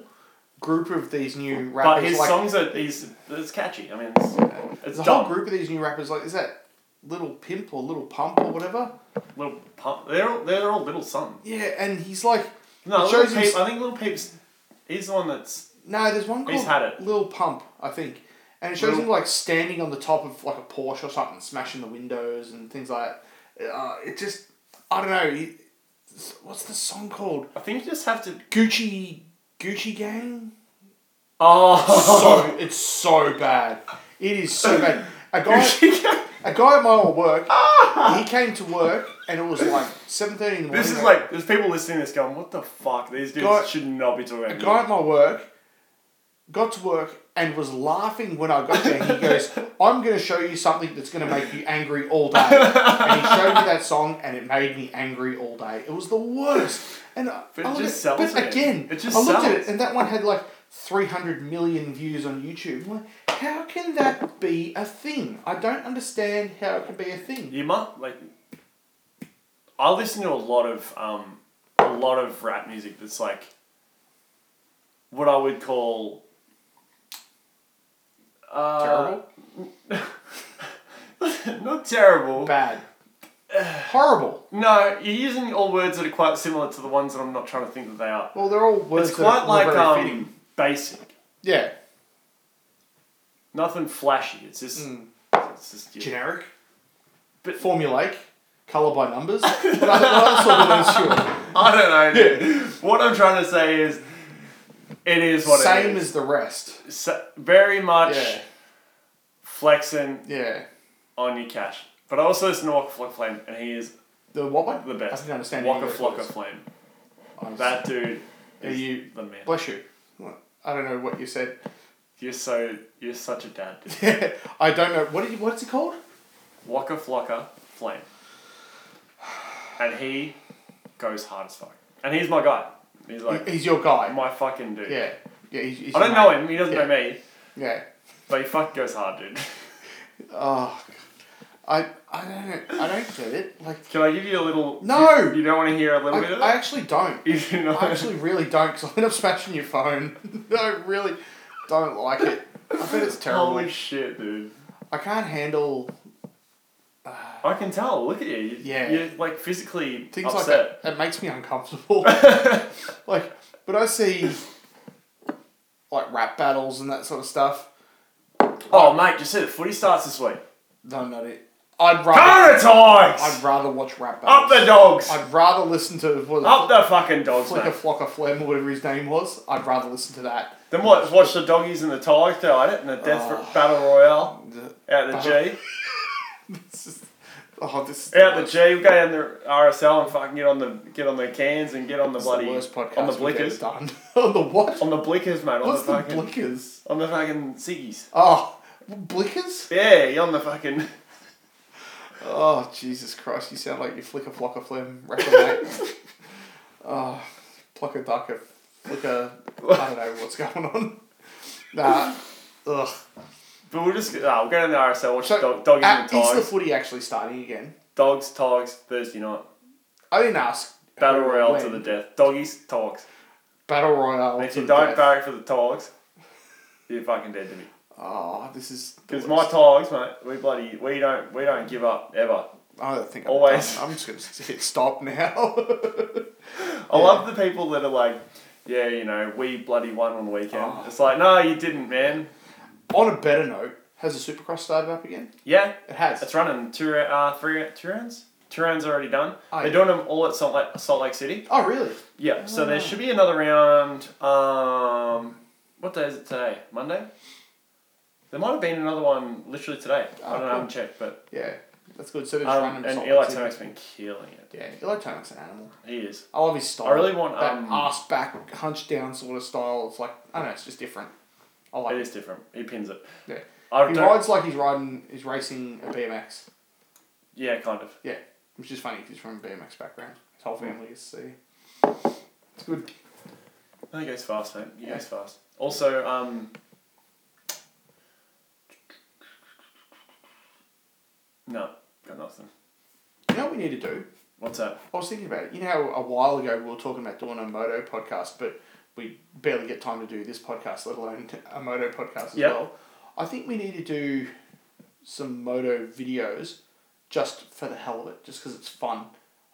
[SPEAKER 1] group of these new rappers.
[SPEAKER 2] But his
[SPEAKER 1] like,
[SPEAKER 2] songs are he's it's catchy. I mean, it's, it's
[SPEAKER 1] There's a
[SPEAKER 2] dumb.
[SPEAKER 1] whole group of these new rappers, like, is that Little Pimp or Little Pump or whatever?
[SPEAKER 2] Little pump. They're all, they're all little something.
[SPEAKER 1] Yeah, and he's like,
[SPEAKER 2] No,
[SPEAKER 1] It
[SPEAKER 2] little
[SPEAKER 1] shows him
[SPEAKER 2] peep.
[SPEAKER 1] s-
[SPEAKER 2] I think little peeps. He's the one that's
[SPEAKER 1] no, there's one called
[SPEAKER 2] He's had it.
[SPEAKER 1] Little Pump, I think. And it shows
[SPEAKER 2] Lil-
[SPEAKER 1] him, like, standing on the top of, like, a Porsche or something, smashing the windows and things like that. Uh, it just, I don't know. he- what's the song called?
[SPEAKER 2] I think you just have to.
[SPEAKER 1] Gucci, Gucci Gang?
[SPEAKER 2] Oh,
[SPEAKER 1] So, it's so bad. It is so bad. A guy, (laughs)
[SPEAKER 2] (laughs) this
[SPEAKER 1] a guy at my old work, he came to work and it was like 7.30 in the morning.
[SPEAKER 2] is like there's people listening to this going, "What the fuck? These dudes
[SPEAKER 1] Guy-
[SPEAKER 2] should not be talking."
[SPEAKER 1] A
[SPEAKER 2] About
[SPEAKER 1] guy
[SPEAKER 2] music."
[SPEAKER 1] at my work got to work and was laughing when I got there.
[SPEAKER 2] (laughs)
[SPEAKER 1] He goes, I'm going to show you something that's going to make you angry all day. And he showed me that song and it made me angry all day. It was the worst. And I-
[SPEAKER 2] But it
[SPEAKER 1] I looked
[SPEAKER 2] just
[SPEAKER 1] at-
[SPEAKER 2] sells
[SPEAKER 1] But
[SPEAKER 2] it.
[SPEAKER 1] again,
[SPEAKER 2] It just
[SPEAKER 1] I looked at
[SPEAKER 2] sells.
[SPEAKER 1] it and that one had like 300 million views on YouTube. I'm like, how can that be a thing? I don't understand how it can be a thing.
[SPEAKER 2] You must like. I listen to a lot of um, a lot of rap music that's like. What I would call. Uh,
[SPEAKER 1] Terrible?
[SPEAKER 2] (laughs) not terrible.
[SPEAKER 1] Bad. Horrible.
[SPEAKER 2] No, you're using all words that are quite similar to the ones that I'm not trying to think that they are.
[SPEAKER 1] Well, they're all words
[SPEAKER 2] it's
[SPEAKER 1] that are
[SPEAKER 2] quite like
[SPEAKER 1] very
[SPEAKER 2] um,
[SPEAKER 1] fitting.
[SPEAKER 2] basic,
[SPEAKER 1] Yeah.
[SPEAKER 2] nothing flashy. It's just,
[SPEAKER 1] Mm.
[SPEAKER 2] it's just yeah.
[SPEAKER 1] Generic.
[SPEAKER 2] But-
[SPEAKER 1] formulaic. color by numbers. (laughs) but I, I saw the most sure.
[SPEAKER 2] I don't know. dude. What I'm trying to say is, it is what
[SPEAKER 1] Same
[SPEAKER 2] it is.
[SPEAKER 1] as the rest.
[SPEAKER 2] So- very much
[SPEAKER 1] Yeah.
[SPEAKER 2] flexing
[SPEAKER 1] Yeah.
[SPEAKER 2] on your cash. But I also listen to Waka Flocka Flame, and he is
[SPEAKER 1] The Wobba?
[SPEAKER 2] the best.
[SPEAKER 1] I can understand
[SPEAKER 2] Waka
[SPEAKER 1] any of
[SPEAKER 2] Flocka
[SPEAKER 1] those.
[SPEAKER 2] Flame.
[SPEAKER 1] I'm s-
[SPEAKER 2] That dude
[SPEAKER 1] Yeah,
[SPEAKER 2] is
[SPEAKER 1] you-
[SPEAKER 2] the man.
[SPEAKER 1] Bless you. I don't know what you said. (laughs)
[SPEAKER 2] You're so you're such a dad. dude.
[SPEAKER 1] I don't know. What did you, what's it called?
[SPEAKER 2] Waka Flocka Flame. And he goes hard as fuck. And he's my guy. He's like (laughs)
[SPEAKER 1] He's your guy.
[SPEAKER 2] my fucking dude.
[SPEAKER 1] Yeah. Yeah. He's, he's
[SPEAKER 2] I don't
[SPEAKER 1] your
[SPEAKER 2] know
[SPEAKER 1] mate.
[SPEAKER 2] him, he doesn't
[SPEAKER 1] Yeah.
[SPEAKER 2] know me,
[SPEAKER 1] Yeah.
[SPEAKER 2] but he fucking goes hard, dude. (laughs)
[SPEAKER 1] Oh, God. I, I don't I don't get it. Like,
[SPEAKER 2] Can I give you a little
[SPEAKER 1] No!
[SPEAKER 2] You, you don't want to hear a little
[SPEAKER 1] I,
[SPEAKER 2] bit of
[SPEAKER 1] I
[SPEAKER 2] that?
[SPEAKER 1] actually don't.
[SPEAKER 2] (laughs) You do not-
[SPEAKER 1] I
[SPEAKER 2] (laughs)
[SPEAKER 1] actually really don't because I end up smashing your phone. (laughs) I really don't like it. I bet it's terrible.
[SPEAKER 2] Holy shit, dude.
[SPEAKER 1] I can't handle
[SPEAKER 2] I can tell. Look at you. you
[SPEAKER 1] Yeah.
[SPEAKER 2] You're like physically
[SPEAKER 1] things
[SPEAKER 2] upset.
[SPEAKER 1] like that. It makes me
[SPEAKER 2] (laughs)
[SPEAKER 1] uncomfortable. like, but I see like rap battles and that sort of stuff.
[SPEAKER 2] oh, mate, just see the footy starts this week.
[SPEAKER 1] No, not it. I'd rather I'd
[SPEAKER 2] Paradise!
[SPEAKER 1] rather watch rap
[SPEAKER 2] Up
[SPEAKER 1] battles.
[SPEAKER 2] the dogs!
[SPEAKER 1] I'd rather listen to what
[SPEAKER 2] Up the fucking dogs,
[SPEAKER 1] like
[SPEAKER 2] mate.
[SPEAKER 1] a flock of phlegm or whatever his name was. I'd rather listen to that.
[SPEAKER 2] Then what? Watch the doggies and the Tigers go at it in the death
[SPEAKER 1] Oh.
[SPEAKER 2] battle royale out the G.
[SPEAKER 1] It's just- oh, this is
[SPEAKER 2] Out the
[SPEAKER 1] worst.
[SPEAKER 2] G, we go down the RSL and fucking get on the get on the cans and get on the
[SPEAKER 1] It's
[SPEAKER 2] bloody
[SPEAKER 1] the worst podcast
[SPEAKER 2] on the
[SPEAKER 1] we've ever
[SPEAKER 2] blickers
[SPEAKER 1] done. (laughs) on the what?
[SPEAKER 2] on the blickers, mate. On
[SPEAKER 1] What's
[SPEAKER 2] the
[SPEAKER 1] the
[SPEAKER 2] fucking
[SPEAKER 1] blickers?
[SPEAKER 2] on the fucking ciggies.
[SPEAKER 1] Oh, blickers?
[SPEAKER 2] Yeah, you're on the fucking. (laughs)
[SPEAKER 1] Oh, Jesus Christ, you sound like you flick a flock of phlegm, reckon,
[SPEAKER 2] (laughs)
[SPEAKER 1] mate. oh, pluck a duck, a flick a. I don't know what's going on. Nah. Ugh.
[SPEAKER 2] But we'll just ah, we'll go down the RSL watch
[SPEAKER 1] So,
[SPEAKER 2] dog, doggies
[SPEAKER 1] uh,
[SPEAKER 2] and the
[SPEAKER 1] is the
[SPEAKER 2] Tigers.
[SPEAKER 1] footy actually starting again?
[SPEAKER 2] Dogs, Tigers Thursday night
[SPEAKER 1] I didn't ask.
[SPEAKER 2] battle
[SPEAKER 1] who,
[SPEAKER 2] royale to
[SPEAKER 1] when.
[SPEAKER 2] the death. Doggies, Tigers.
[SPEAKER 1] Battle Royale.
[SPEAKER 2] And if
[SPEAKER 1] to
[SPEAKER 2] you
[SPEAKER 1] the
[SPEAKER 2] don't
[SPEAKER 1] death.
[SPEAKER 2] barrack for the Tigers, you're fucking dead to me.
[SPEAKER 1] Oh, this is. the
[SPEAKER 2] Because my
[SPEAKER 1] worst.
[SPEAKER 2] Tigers, mate, we bloody we don't we don't give up ever.
[SPEAKER 1] I don't think I'm
[SPEAKER 2] Always.
[SPEAKER 1] done. I'm just going to hit stop now. (laughs)
[SPEAKER 2] I love the people that are like, yeah, you know, we bloody won on the weekend.
[SPEAKER 1] Oh.
[SPEAKER 2] It's like, no, you didn't, man.
[SPEAKER 1] On a better note, has the Supercross started up again?
[SPEAKER 2] Yeah,
[SPEAKER 1] It has.
[SPEAKER 2] it's running two, ra- uh, three, ra- two rounds. Two rounds already done.
[SPEAKER 1] Oh,
[SPEAKER 2] They're
[SPEAKER 1] yeah.
[SPEAKER 2] doing them all at Salt Lake, Salt Lake City.
[SPEAKER 1] Oh, really?
[SPEAKER 2] Yeah, so there should be another round. Um, what day is it today? Monday. There might have been another one literally today. I
[SPEAKER 1] Oh,
[SPEAKER 2] don't know, I
[SPEAKER 1] cool.
[SPEAKER 2] haven't checkect, but
[SPEAKER 1] Yeah, that's good. So there's
[SPEAKER 2] um,
[SPEAKER 1] random
[SPEAKER 2] and
[SPEAKER 1] salt
[SPEAKER 2] Eli
[SPEAKER 1] licks in
[SPEAKER 2] Tomac's
[SPEAKER 1] it.
[SPEAKER 2] been killing it.
[SPEAKER 1] Yeah, Eli Tomac's an animal.
[SPEAKER 2] He is.
[SPEAKER 1] I love his style.
[SPEAKER 2] I really want,
[SPEAKER 1] that
[SPEAKER 2] um,
[SPEAKER 1] ass back, hunched down sort of style. It's like I don't know. It's just different. I like
[SPEAKER 2] It
[SPEAKER 1] it.
[SPEAKER 2] is different. He pins it.
[SPEAKER 1] Yeah.
[SPEAKER 2] I
[SPEAKER 1] He
[SPEAKER 2] don't-
[SPEAKER 1] rides like he's riding, he's racing a BMX.
[SPEAKER 2] yeah, kind of.
[SPEAKER 1] Yeah, which is funny 'cause he's from a BMX background. His whole family is. So it's good.
[SPEAKER 2] No, he goes fast, mate. He
[SPEAKER 1] Yeah.
[SPEAKER 2] goes fast. Also, um, no, got nothing.
[SPEAKER 1] You know what we need to do?
[SPEAKER 2] What's that?
[SPEAKER 1] I was thinking about it. You know, how a while ago we were talking about doing a moto podcast, but we barely get time to do this podcast, let alone (laughs) a moto podcast as
[SPEAKER 2] Yep.
[SPEAKER 1] well. I think we need to do some moto videos just for the hell of it, just because it's fun.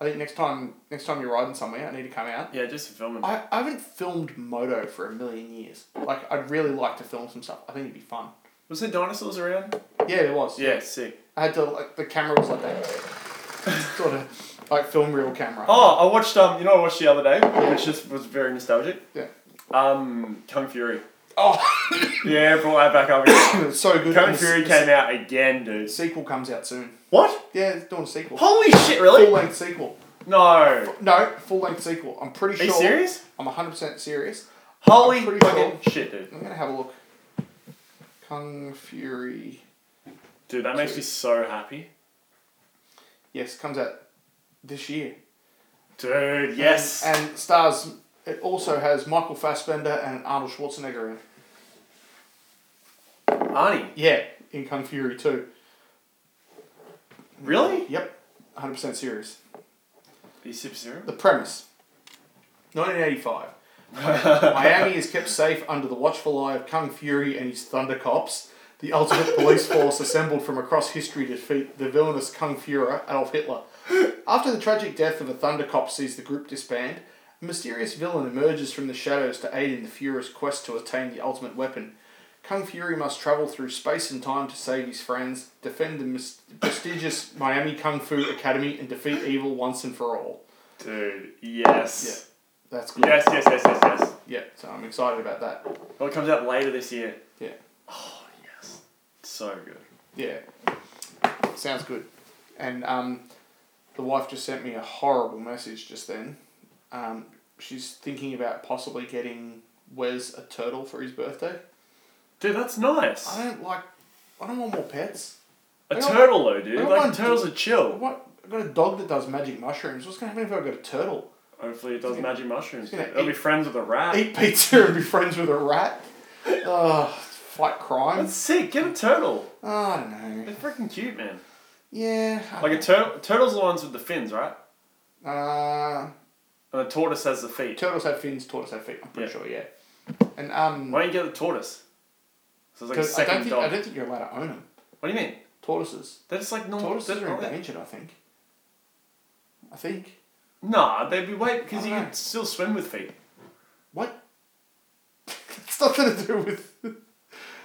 [SPEAKER 1] I think next time, next time you're riding somewhere, I need to come out.
[SPEAKER 2] Yeah, just filming.
[SPEAKER 1] I, I haven't filmed moto for a million years. Like, I'd really like to film some stuff. I think it'd be fun.
[SPEAKER 2] Was there dinosaurs around?
[SPEAKER 1] Yeah, there was.
[SPEAKER 2] Yeah, sick.
[SPEAKER 1] I had to like the camera was like that, (laughs) sort of like film reel camera.
[SPEAKER 2] Oh, I watched um, you know, what I watched the other day, which just was very nostalgic.
[SPEAKER 1] Yeah.
[SPEAKER 2] Um, Kung Fury.
[SPEAKER 1] Oh, (laughs)
[SPEAKER 2] Yeah, brought that back
[SPEAKER 1] (coughs)
[SPEAKER 2] up. again.
[SPEAKER 1] it's so good.
[SPEAKER 2] Kung
[SPEAKER 1] And the
[SPEAKER 2] Fury
[SPEAKER 1] s-
[SPEAKER 2] came out again, dude.
[SPEAKER 1] Sequel comes out soon.
[SPEAKER 2] What?
[SPEAKER 1] Yeah, it's doing a sequel.
[SPEAKER 2] Holy shit!
[SPEAKER 1] Full
[SPEAKER 2] Really?
[SPEAKER 1] length sequel.
[SPEAKER 2] No.
[SPEAKER 1] No, full length sequel. I'm pretty
[SPEAKER 2] Are
[SPEAKER 1] sure.
[SPEAKER 2] you serious?
[SPEAKER 1] I'm 100% serious.
[SPEAKER 2] Holy
[SPEAKER 1] I'm pretty
[SPEAKER 2] fucking shit, dude.
[SPEAKER 1] I'm going to have a look. Kung Fury.
[SPEAKER 2] Dude, that makes me so happy.
[SPEAKER 1] Yes, comes out this year.
[SPEAKER 2] Dude, yes.
[SPEAKER 1] And, and stars. It also has Michael Fassbender and Arnold Schwarzenegger in it.
[SPEAKER 2] Arnie,
[SPEAKER 1] Yeah, in Kung Fury 2.
[SPEAKER 2] really?
[SPEAKER 1] Yep, 100% serious.
[SPEAKER 2] Are you super serious?
[SPEAKER 1] The premise 1985. Miami is kept safe under the watchful eye of Kung Fury and his Thunder Cops, the ultimate police force assembled from across history to defeat the villainous Kung Fuhrer, Adolf Hitler. After the tragic death of a Thunder Cop sees the group disband, a mysterious villain emerges from the shadows to aid in the Fuhrer's quest to attain the ultimate weapon. Kung Fury must travel through space and time to save his friends, defend the mis- prestigious Miami Kung Fu Academy, and defeat evil once and for all.
[SPEAKER 2] (laughs) Dude, yes.
[SPEAKER 1] That's good.
[SPEAKER 2] Yes, yes, yes, yes, yes.
[SPEAKER 1] Yeah, so I'm excited about that.
[SPEAKER 2] Well, it comes out later this year.
[SPEAKER 1] Yeah.
[SPEAKER 2] Oh, yes. So good.
[SPEAKER 1] Yeah. Sounds good. And um, the wife just sent me a horrible message just then. Um, she's thinking about possibly getting Wes a turtle for his birthday.
[SPEAKER 2] Dude, that's nice.
[SPEAKER 1] I don't like. I don't want more pets.
[SPEAKER 2] A
[SPEAKER 1] I don't-
[SPEAKER 2] turtle, though, dude.
[SPEAKER 1] I don't
[SPEAKER 2] Like,
[SPEAKER 1] want-
[SPEAKER 2] turtles are chill.
[SPEAKER 1] What? I've got a dog that does magic mushrooms. What's gonna happen if I got a turtle? (laughs)
[SPEAKER 2] Hopefully, it does
[SPEAKER 1] Yeah.
[SPEAKER 2] magic mushrooms.
[SPEAKER 1] Yeah,
[SPEAKER 2] It'll be
[SPEAKER 1] eat-
[SPEAKER 2] friends with a rat.
[SPEAKER 1] Eat pizza and be friends with a rat? Ugh, fight crime?
[SPEAKER 2] That's sick. Get a turtle.
[SPEAKER 1] Oh, I don't know.
[SPEAKER 2] They're freaking cute, man.
[SPEAKER 1] Yeah. I
[SPEAKER 2] Like a turtle. Turtles are the ones with the fins, right?
[SPEAKER 1] don't- uh,
[SPEAKER 2] And the tortoise has the feet.
[SPEAKER 1] turtles have fins. Tortoises have feet. I'm pretty
[SPEAKER 2] Yeah.
[SPEAKER 1] sure. Yeah. And um.
[SPEAKER 2] Why don't you get the tortoise? So it's like a
[SPEAKER 1] Because I
[SPEAKER 2] second
[SPEAKER 1] don't, think,
[SPEAKER 2] dog.
[SPEAKER 1] I don't think you're allowed to own them.
[SPEAKER 2] What do you mean?
[SPEAKER 1] Tortoises.
[SPEAKER 2] They're just like normal.
[SPEAKER 1] Tortoises
[SPEAKER 2] they're
[SPEAKER 1] are
[SPEAKER 2] not that-
[SPEAKER 1] endangered, I think. I think.
[SPEAKER 2] Nah, they'd be wait because
[SPEAKER 1] I
[SPEAKER 2] you
[SPEAKER 1] don't
[SPEAKER 2] can
[SPEAKER 1] know.
[SPEAKER 2] still swim with feet.
[SPEAKER 1] What? (laughs) it's nothing to do with.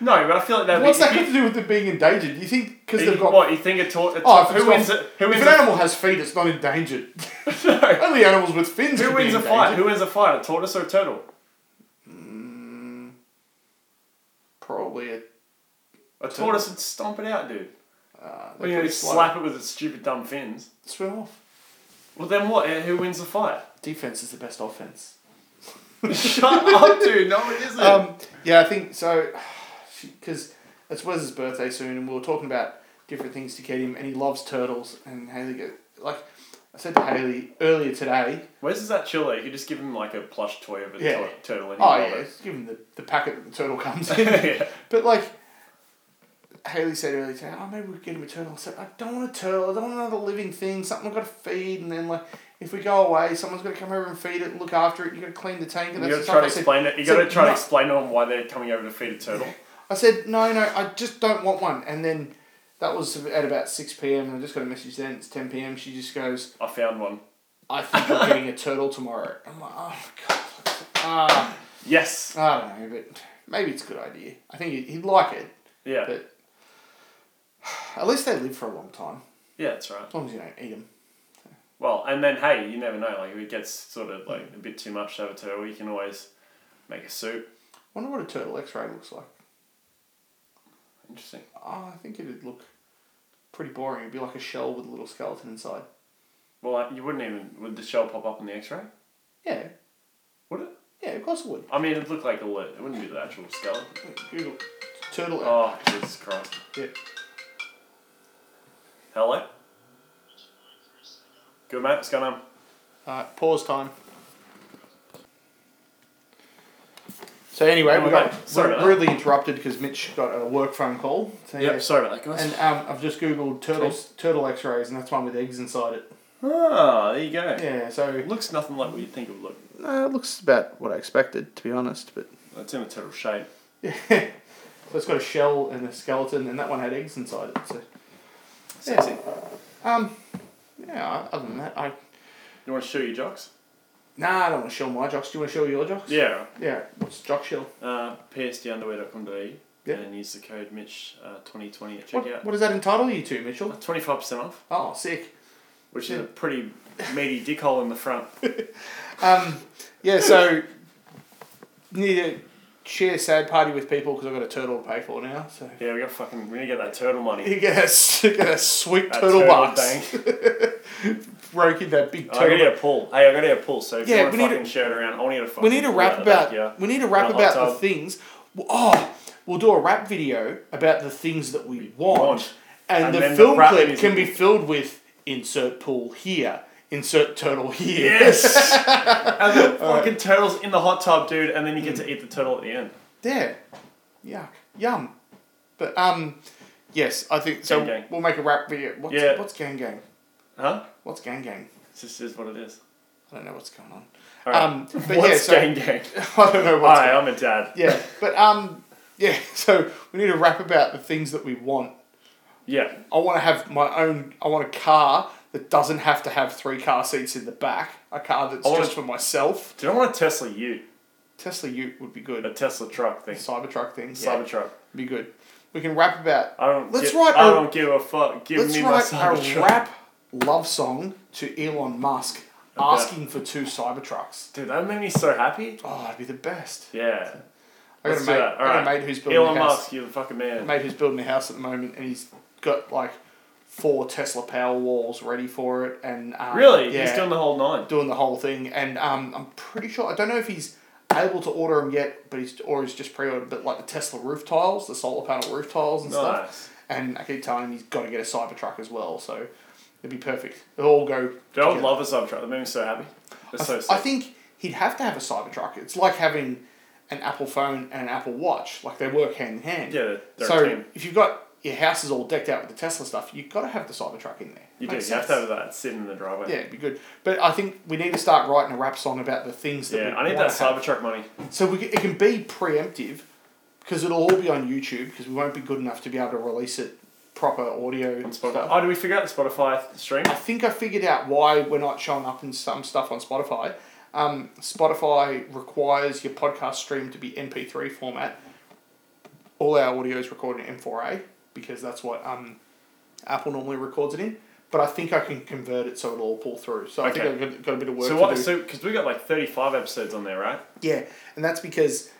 [SPEAKER 2] No, but I feel like that'd
[SPEAKER 1] What's
[SPEAKER 2] be.
[SPEAKER 1] that
[SPEAKER 2] if you-
[SPEAKER 1] got to do with it being endangered? You think because
[SPEAKER 2] if
[SPEAKER 1] they've
[SPEAKER 2] you-
[SPEAKER 1] got.
[SPEAKER 2] what you think a tortoise?
[SPEAKER 1] Oh, if, it's
[SPEAKER 2] who
[SPEAKER 1] got-
[SPEAKER 2] wins? A, who
[SPEAKER 1] if
[SPEAKER 2] wins?
[SPEAKER 1] an
[SPEAKER 2] A,
[SPEAKER 1] animal has feet, it's not endangered.
[SPEAKER 2] (laughs)
[SPEAKER 1] (laughs)
[SPEAKER 2] no.
[SPEAKER 1] Only animals with fins.
[SPEAKER 2] Who
[SPEAKER 1] could
[SPEAKER 2] wins
[SPEAKER 1] be
[SPEAKER 2] a fight?
[SPEAKER 1] endangered.
[SPEAKER 2] Who wins a fight? A tortoise or a turtle?
[SPEAKER 1] Probably a.
[SPEAKER 2] A tortoise would stomp it out, dude.
[SPEAKER 1] Uh,
[SPEAKER 2] Or
[SPEAKER 1] they're
[SPEAKER 2] you
[SPEAKER 1] pretty slow.
[SPEAKER 2] slap it with its stupid dumb fins.
[SPEAKER 1] Swim off.
[SPEAKER 2] Well, then what? Eh, Who wins the fight? (laughs)
[SPEAKER 1] Defense is the best offense.
[SPEAKER 2] Shut
[SPEAKER 1] (laughs)
[SPEAKER 2] up, dude. No, it isn't.
[SPEAKER 1] Um, yeah, I think so. (sighs) Because it's Wes's birthday soon, and we were talking about different things to get him, and he loves turtles. And Haley, go, like I said to Haley earlier today,
[SPEAKER 2] Where's is that chiller? You could just give him like a plush toy of a
[SPEAKER 1] Yeah.
[SPEAKER 2] tur- turtle and he'd
[SPEAKER 1] oh
[SPEAKER 2] love
[SPEAKER 1] yeah,
[SPEAKER 2] it. (laughs)
[SPEAKER 1] just give him the, the packet that the turtle comes (laughs) in.
[SPEAKER 2] yeah.
[SPEAKER 1] but like Haley said earlier today, oh maybe we could get him a turtle. I said I don't want a turtle. I don't want another living thing. Something I've got to feed, and then like if we go away, someone's got to come over and feed it and look after it. You got to clean the tank, and
[SPEAKER 2] You
[SPEAKER 1] that's
[SPEAKER 2] gotta
[SPEAKER 1] the stuff.
[SPEAKER 2] try to
[SPEAKER 1] I said-
[SPEAKER 2] explain it. You
[SPEAKER 1] so
[SPEAKER 2] gotta try to
[SPEAKER 1] no-
[SPEAKER 2] explain to them why they're coming over to feed a turtle.
[SPEAKER 1] I said, no, no, I just don't want one. And then that was at about 6 p.m. and I just got a message then, it's 10 p.m. She just goes,
[SPEAKER 2] I found one.
[SPEAKER 1] I think I'm getting a turtle tomorrow. I'm like, oh, God. Ah, (laughs)
[SPEAKER 2] Yes.
[SPEAKER 1] I don't know, but maybe it's a good idea. I think he'd- he'd like it,
[SPEAKER 2] Yeah.
[SPEAKER 1] but (sighs) at least they live for a long time,
[SPEAKER 2] yeah, that's right.
[SPEAKER 1] as long as you don't eat them.
[SPEAKER 2] Well, and then hey, you never know. Like if it gets sort of like a bit too much to have a turtle, you can always make a soup.
[SPEAKER 1] wonder what a turtle x ray looks like.
[SPEAKER 2] Interesting.
[SPEAKER 1] Oh, I think it'd look pretty boring. It'd be like a shell with a little skeleton inside.
[SPEAKER 2] Well, like, you wouldn't even would the shell pop up on the X-ray?
[SPEAKER 1] Yeah,
[SPEAKER 2] Would it?
[SPEAKER 1] yeah, of course it would.
[SPEAKER 2] I mean, it'd look like a lit. It wouldn't be the actual skeleton.
[SPEAKER 1] Google turtle.
[SPEAKER 2] Oh Jesus Christ!
[SPEAKER 1] Yeah.
[SPEAKER 2] Hello. Good mate, what's going on?
[SPEAKER 1] Uh, pause time. So anyway, we
[SPEAKER 2] Alright,
[SPEAKER 1] got
[SPEAKER 2] Oh sorry
[SPEAKER 1] we
[SPEAKER 2] about
[SPEAKER 1] rudely interrupted because Mitch got a work phone call. So yeah.
[SPEAKER 2] sorry about that, guys.
[SPEAKER 1] And um, I've just googled turtles, turtle X-rays, and that's one with eggs inside it.
[SPEAKER 2] ah, there you go.
[SPEAKER 1] Yeah, so
[SPEAKER 2] It looks nothing like what you'd think it would look.
[SPEAKER 1] uh, it looks about what I expected, to be honest. But
[SPEAKER 2] It's in a turtle shape.
[SPEAKER 1] so (laughs) it's got a shell and a skeleton, and that one had eggs inside it. So
[SPEAKER 2] Sexy.
[SPEAKER 1] um, yeah. Other than that, I
[SPEAKER 2] You want to show your jocks?
[SPEAKER 1] nah, I don't want to show my jocks. Do you want to show your jocks?
[SPEAKER 2] Yeah.
[SPEAKER 1] Yeah. What's jock shell?
[SPEAKER 2] Uh, psdunderwear.com.au
[SPEAKER 1] Yeah.
[SPEAKER 2] and use the code Mitch2020 at
[SPEAKER 1] What,
[SPEAKER 2] checkout.
[SPEAKER 1] what does that entitle you to, Mitchell?
[SPEAKER 2] 25% off,
[SPEAKER 1] Oh, sick.
[SPEAKER 2] which is
[SPEAKER 1] Yeah.
[SPEAKER 2] a pretty meaty dick hole in the front.
[SPEAKER 1] Um, yeah, so need to share sad party with people because I've got a turtle to pay for now. So
[SPEAKER 2] Yeah, we got fucking, we need to get that turtle money.
[SPEAKER 1] you get a, s- you get a sweet (laughs)
[SPEAKER 2] That
[SPEAKER 1] turtle, box.
[SPEAKER 2] bank.
[SPEAKER 1] Broke in that big
[SPEAKER 2] Oh, I gotta
[SPEAKER 1] turtle.
[SPEAKER 2] get a pool. Hey, I gotta get a pool, so if
[SPEAKER 1] Yeah,
[SPEAKER 2] you want
[SPEAKER 1] we
[SPEAKER 2] to
[SPEAKER 1] need
[SPEAKER 2] fucking share it around, I need a fucking
[SPEAKER 1] we need to
[SPEAKER 2] pool
[SPEAKER 1] rap
[SPEAKER 2] out of
[SPEAKER 1] about.
[SPEAKER 2] that, yeah.
[SPEAKER 1] (laughs) We need to rap
[SPEAKER 2] And a
[SPEAKER 1] about
[SPEAKER 2] hot
[SPEAKER 1] the
[SPEAKER 2] tub.
[SPEAKER 1] things. Oh, we'll do a rap video about the things that we want,
[SPEAKER 2] want.
[SPEAKER 1] and,
[SPEAKER 2] And
[SPEAKER 1] the
[SPEAKER 2] then the
[SPEAKER 1] film
[SPEAKER 2] rap
[SPEAKER 1] clip
[SPEAKER 2] music.
[SPEAKER 1] can be filled with insert pool here, insert turtle here.
[SPEAKER 2] Yes! and the fucking turtle's in the hot tub, dude, and then you
[SPEAKER 1] Mm.
[SPEAKER 2] get to eat the turtle at the end.
[SPEAKER 1] (laughs) There. Yuck. Yum. But um yes, I think so
[SPEAKER 2] Gang gang.
[SPEAKER 1] we'll make a rap video. What's
[SPEAKER 2] Yeah.
[SPEAKER 1] what's gang gang?
[SPEAKER 2] Huh?
[SPEAKER 1] What's gang gang?
[SPEAKER 2] This is what it is.
[SPEAKER 1] I don't know what's going on.
[SPEAKER 2] Alright. (laughs)
[SPEAKER 1] Um but yeah,
[SPEAKER 2] What's
[SPEAKER 1] so
[SPEAKER 2] gang gang?
[SPEAKER 1] (laughs) I don't know what's
[SPEAKER 2] Hi,
[SPEAKER 1] going
[SPEAKER 2] I'm a dad.
[SPEAKER 1] Yeah. But um yeah, (laughs) so we need to rap about the things that we want.
[SPEAKER 2] Yeah.
[SPEAKER 1] I wanna have my own I want a car that doesn't have to have three car seats in the back. A car that's
[SPEAKER 2] I wanna-
[SPEAKER 1] just for myself.
[SPEAKER 2] Dude, I want a Tesla Ute.
[SPEAKER 1] Tesla Ute would be
[SPEAKER 2] A
[SPEAKER 1] good.
[SPEAKER 2] Tesla truck thing.
[SPEAKER 1] Cybertruck thing, yeah,
[SPEAKER 2] Cybertruck.
[SPEAKER 1] be good. We can rap about.
[SPEAKER 2] I don't.
[SPEAKER 1] Let's
[SPEAKER 2] gi-
[SPEAKER 1] write
[SPEAKER 2] I
[SPEAKER 1] a-
[SPEAKER 2] don't give a fuck. Give
[SPEAKER 1] Let's
[SPEAKER 2] me my
[SPEAKER 1] write a
[SPEAKER 2] Cybertruck.
[SPEAKER 1] rap love song to Elon Musk
[SPEAKER 2] Okay.
[SPEAKER 1] asking for two Cybertrucks.
[SPEAKER 2] Dude, that made me so happy.
[SPEAKER 1] Oh, that'd be the best.
[SPEAKER 2] Yeah.
[SPEAKER 1] I got
[SPEAKER 2] Let's
[SPEAKER 1] a
[SPEAKER 2] do
[SPEAKER 1] mate.
[SPEAKER 2] that.
[SPEAKER 1] I got a
[SPEAKER 2] Alright.
[SPEAKER 1] mate who's building
[SPEAKER 2] Elon
[SPEAKER 1] a house.
[SPEAKER 2] Musk, you're the fucking man.
[SPEAKER 1] Mate who's building a house at the moment, and he's got like four Tesla Power walls ready for it, and um,
[SPEAKER 2] Really?
[SPEAKER 1] yeah,
[SPEAKER 2] He's doing the whole nine.
[SPEAKER 1] doing the whole thing, and um, I'm pretty sure I don't know if he's able to order them yet, but he's or he's just pre-ordered, but like the Tesla roof tiles, the solar panel roof tiles and stuff,
[SPEAKER 2] Nice.
[SPEAKER 1] and I keep telling him he's got to get a Cybertruck as well, so it'd be perfect. It'll all go.
[SPEAKER 2] Dude, I would
[SPEAKER 1] together.
[SPEAKER 2] love a Cybertruck. That made me so happy. It's so
[SPEAKER 1] I
[SPEAKER 2] sick.
[SPEAKER 1] think he'd have to have a Cybertruck. It's like having an Apple phone and an Apple Watch, like they work hand in hand.
[SPEAKER 2] Yeah, they're- they're
[SPEAKER 1] so
[SPEAKER 2] a team.
[SPEAKER 1] if you've got your house is all decked out with the Tesla stuff, you've got to have the Cybertruck in there.
[SPEAKER 2] You do.
[SPEAKER 1] Makes
[SPEAKER 2] You have to
[SPEAKER 1] sense.
[SPEAKER 2] have that sitting in the driveway.
[SPEAKER 1] Yeah, it'd be good. But I think we need to start writing a rap song about the things that.
[SPEAKER 2] Yeah,
[SPEAKER 1] we
[SPEAKER 2] I need
[SPEAKER 1] wanna
[SPEAKER 2] that
[SPEAKER 1] have.
[SPEAKER 2] Cybertruck money.
[SPEAKER 1] So we, c- it can be preemptive, because it'll all be on YouTube. Because we won't be good enough to be able to release it proper audio.
[SPEAKER 2] on Spotify.
[SPEAKER 1] stuff.
[SPEAKER 2] Oh, did we figure out the Spotify stream?
[SPEAKER 1] I think I figured out why we're not showing up in some stuff on Spotify. Um, Spotify requires your podcast stream to be MP3 format. All our audio is recorded in M4A because that's what um, Apple normally records it in. But I think I can convert it so it'll all pull through. So I
[SPEAKER 2] Okay.
[SPEAKER 1] think I've got, got a bit of work
[SPEAKER 2] So
[SPEAKER 1] to
[SPEAKER 2] what?
[SPEAKER 1] do.
[SPEAKER 2] So because we got like thirty-five episodes on there, right?
[SPEAKER 1] Yeah, and that's because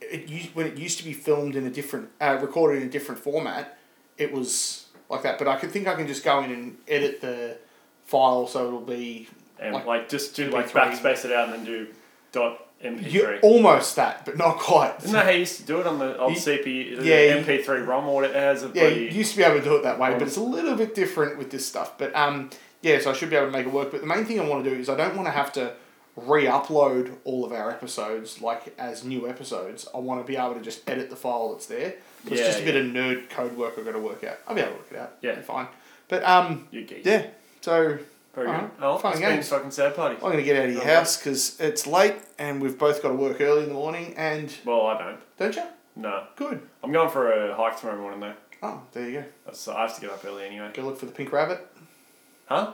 [SPEAKER 1] it u- when it used to be filmed in a different, uh, recorded in a different format, it was like that. But I could think I can just go in and edit the file so it'll be
[SPEAKER 2] And like,
[SPEAKER 1] Like
[SPEAKER 2] just do like
[SPEAKER 1] MP3.
[SPEAKER 2] backspace it out and then do dot MP3.
[SPEAKER 1] you almost that, but not quite.
[SPEAKER 2] Isn't that how you used to do it on the old
[SPEAKER 1] You-
[SPEAKER 2] CPU?
[SPEAKER 1] yeah,
[SPEAKER 2] Yeah,
[SPEAKER 1] you-
[SPEAKER 2] MP3 ROM or whatever it has a
[SPEAKER 1] Yeah,
[SPEAKER 2] bloody.
[SPEAKER 1] you used to be able to do it that way, but it's a little bit different with this stuff. But um, yeah, so I should be able to make it work. But the main thing I want to do is I don't want to have to re-upload all of our episodes like as new episodes. I want to be able to just edit the file that's there. It's
[SPEAKER 2] Yeah,
[SPEAKER 1] just a bit of nerd code work I've got to work out. I'll be able to work it out.
[SPEAKER 2] Yeah.
[SPEAKER 1] It'll be fine. But um,
[SPEAKER 2] You geek.
[SPEAKER 1] yeah, so
[SPEAKER 2] Very good.
[SPEAKER 1] alright,
[SPEAKER 2] Oh,
[SPEAKER 1] fun
[SPEAKER 2] it's
[SPEAKER 1] game.
[SPEAKER 2] been fucking sad party.
[SPEAKER 1] I'm gonna get out of your
[SPEAKER 2] Alright.
[SPEAKER 1] house because it's late and we've both got to work early in the morning. And
[SPEAKER 2] Well, I don't.
[SPEAKER 1] don't you?
[SPEAKER 2] No,
[SPEAKER 1] Good.
[SPEAKER 2] I'm going for a hike tomorrow morning though.
[SPEAKER 1] Oh, there you go.
[SPEAKER 2] That's, I have to get up early anyway.
[SPEAKER 1] Go look for the pink rabbit.
[SPEAKER 2] Huh?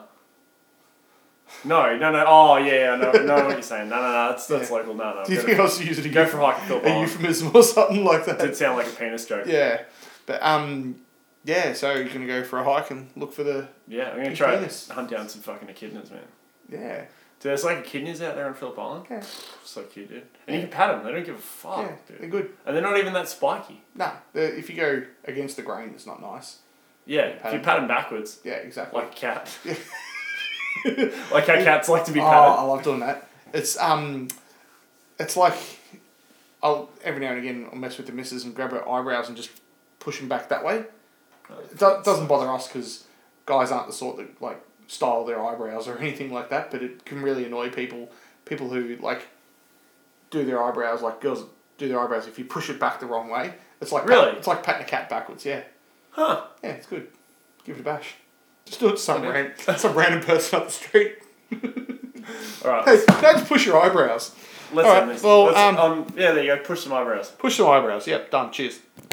[SPEAKER 2] No, no, no. Oh, yeah, yeah, no, no, I know what you're saying. No, no, no. That's that's
[SPEAKER 1] Yeah.
[SPEAKER 2] local. No, no.
[SPEAKER 1] (laughs) Do you
[SPEAKER 2] go
[SPEAKER 1] think
[SPEAKER 2] for-
[SPEAKER 1] I was using a
[SPEAKER 2] go for a hike. and
[SPEAKER 1] a
[SPEAKER 2] Phil
[SPEAKER 1] euphemism or something like that.
[SPEAKER 2] Did sound like a penis joke.
[SPEAKER 1] Yeah, but um, yeah. So you're gonna go for a hike and look for the
[SPEAKER 2] Yeah, I'm gonna
[SPEAKER 1] Big
[SPEAKER 2] try
[SPEAKER 1] penis.
[SPEAKER 2] to hunt down some fucking echidnas, man.
[SPEAKER 1] yeah.
[SPEAKER 2] Dude, there's like echidnas out there in Phillip Island.
[SPEAKER 1] Okay.
[SPEAKER 2] So cute, dude. And you can pat them; they don't give a fuck,
[SPEAKER 1] yeah, they're
[SPEAKER 2] dude.
[SPEAKER 1] good.
[SPEAKER 2] And they're not even that spiky.
[SPEAKER 1] Nah, they're- if you go against the grain, it's not nice.
[SPEAKER 2] Yeah,
[SPEAKER 1] Pat
[SPEAKER 2] if you
[SPEAKER 1] 'em.
[SPEAKER 2] pat them backwards,
[SPEAKER 1] Yeah, exactly.
[SPEAKER 2] like a cat. (laughs)
[SPEAKER 1] (laughs)
[SPEAKER 2] like how cats like to be
[SPEAKER 1] oh,
[SPEAKER 2] patted.
[SPEAKER 1] I love doing that. It's um, it's like I'll every now and again I'll mess with the missus and grab her eyebrows and just push them back that way. It do- doesn't bother us because guys aren't the sort that like style their eyebrows or (laughs) anything like that. But it can really annoy people. People who like do their eyebrows like girls do their eyebrows. If you push it back the wrong way, it's like pat-
[SPEAKER 2] Really?
[SPEAKER 1] it's like patting a cat backwards. Yeah,
[SPEAKER 2] Huh?
[SPEAKER 1] yeah, it's good. Give it a bash. Just do it to some
[SPEAKER 2] Okay.
[SPEAKER 1] ran- some random person up the street.
[SPEAKER 2] All right.
[SPEAKER 1] Hey, don't just push your eyebrows.
[SPEAKER 2] Let's
[SPEAKER 1] all
[SPEAKER 2] end
[SPEAKER 1] right,
[SPEAKER 2] this.
[SPEAKER 1] well,
[SPEAKER 2] Let's-
[SPEAKER 1] um,
[SPEAKER 2] um, yeah, there you go. Push some eyebrows.
[SPEAKER 1] Push your eyebrows. Yep, done. Cheers.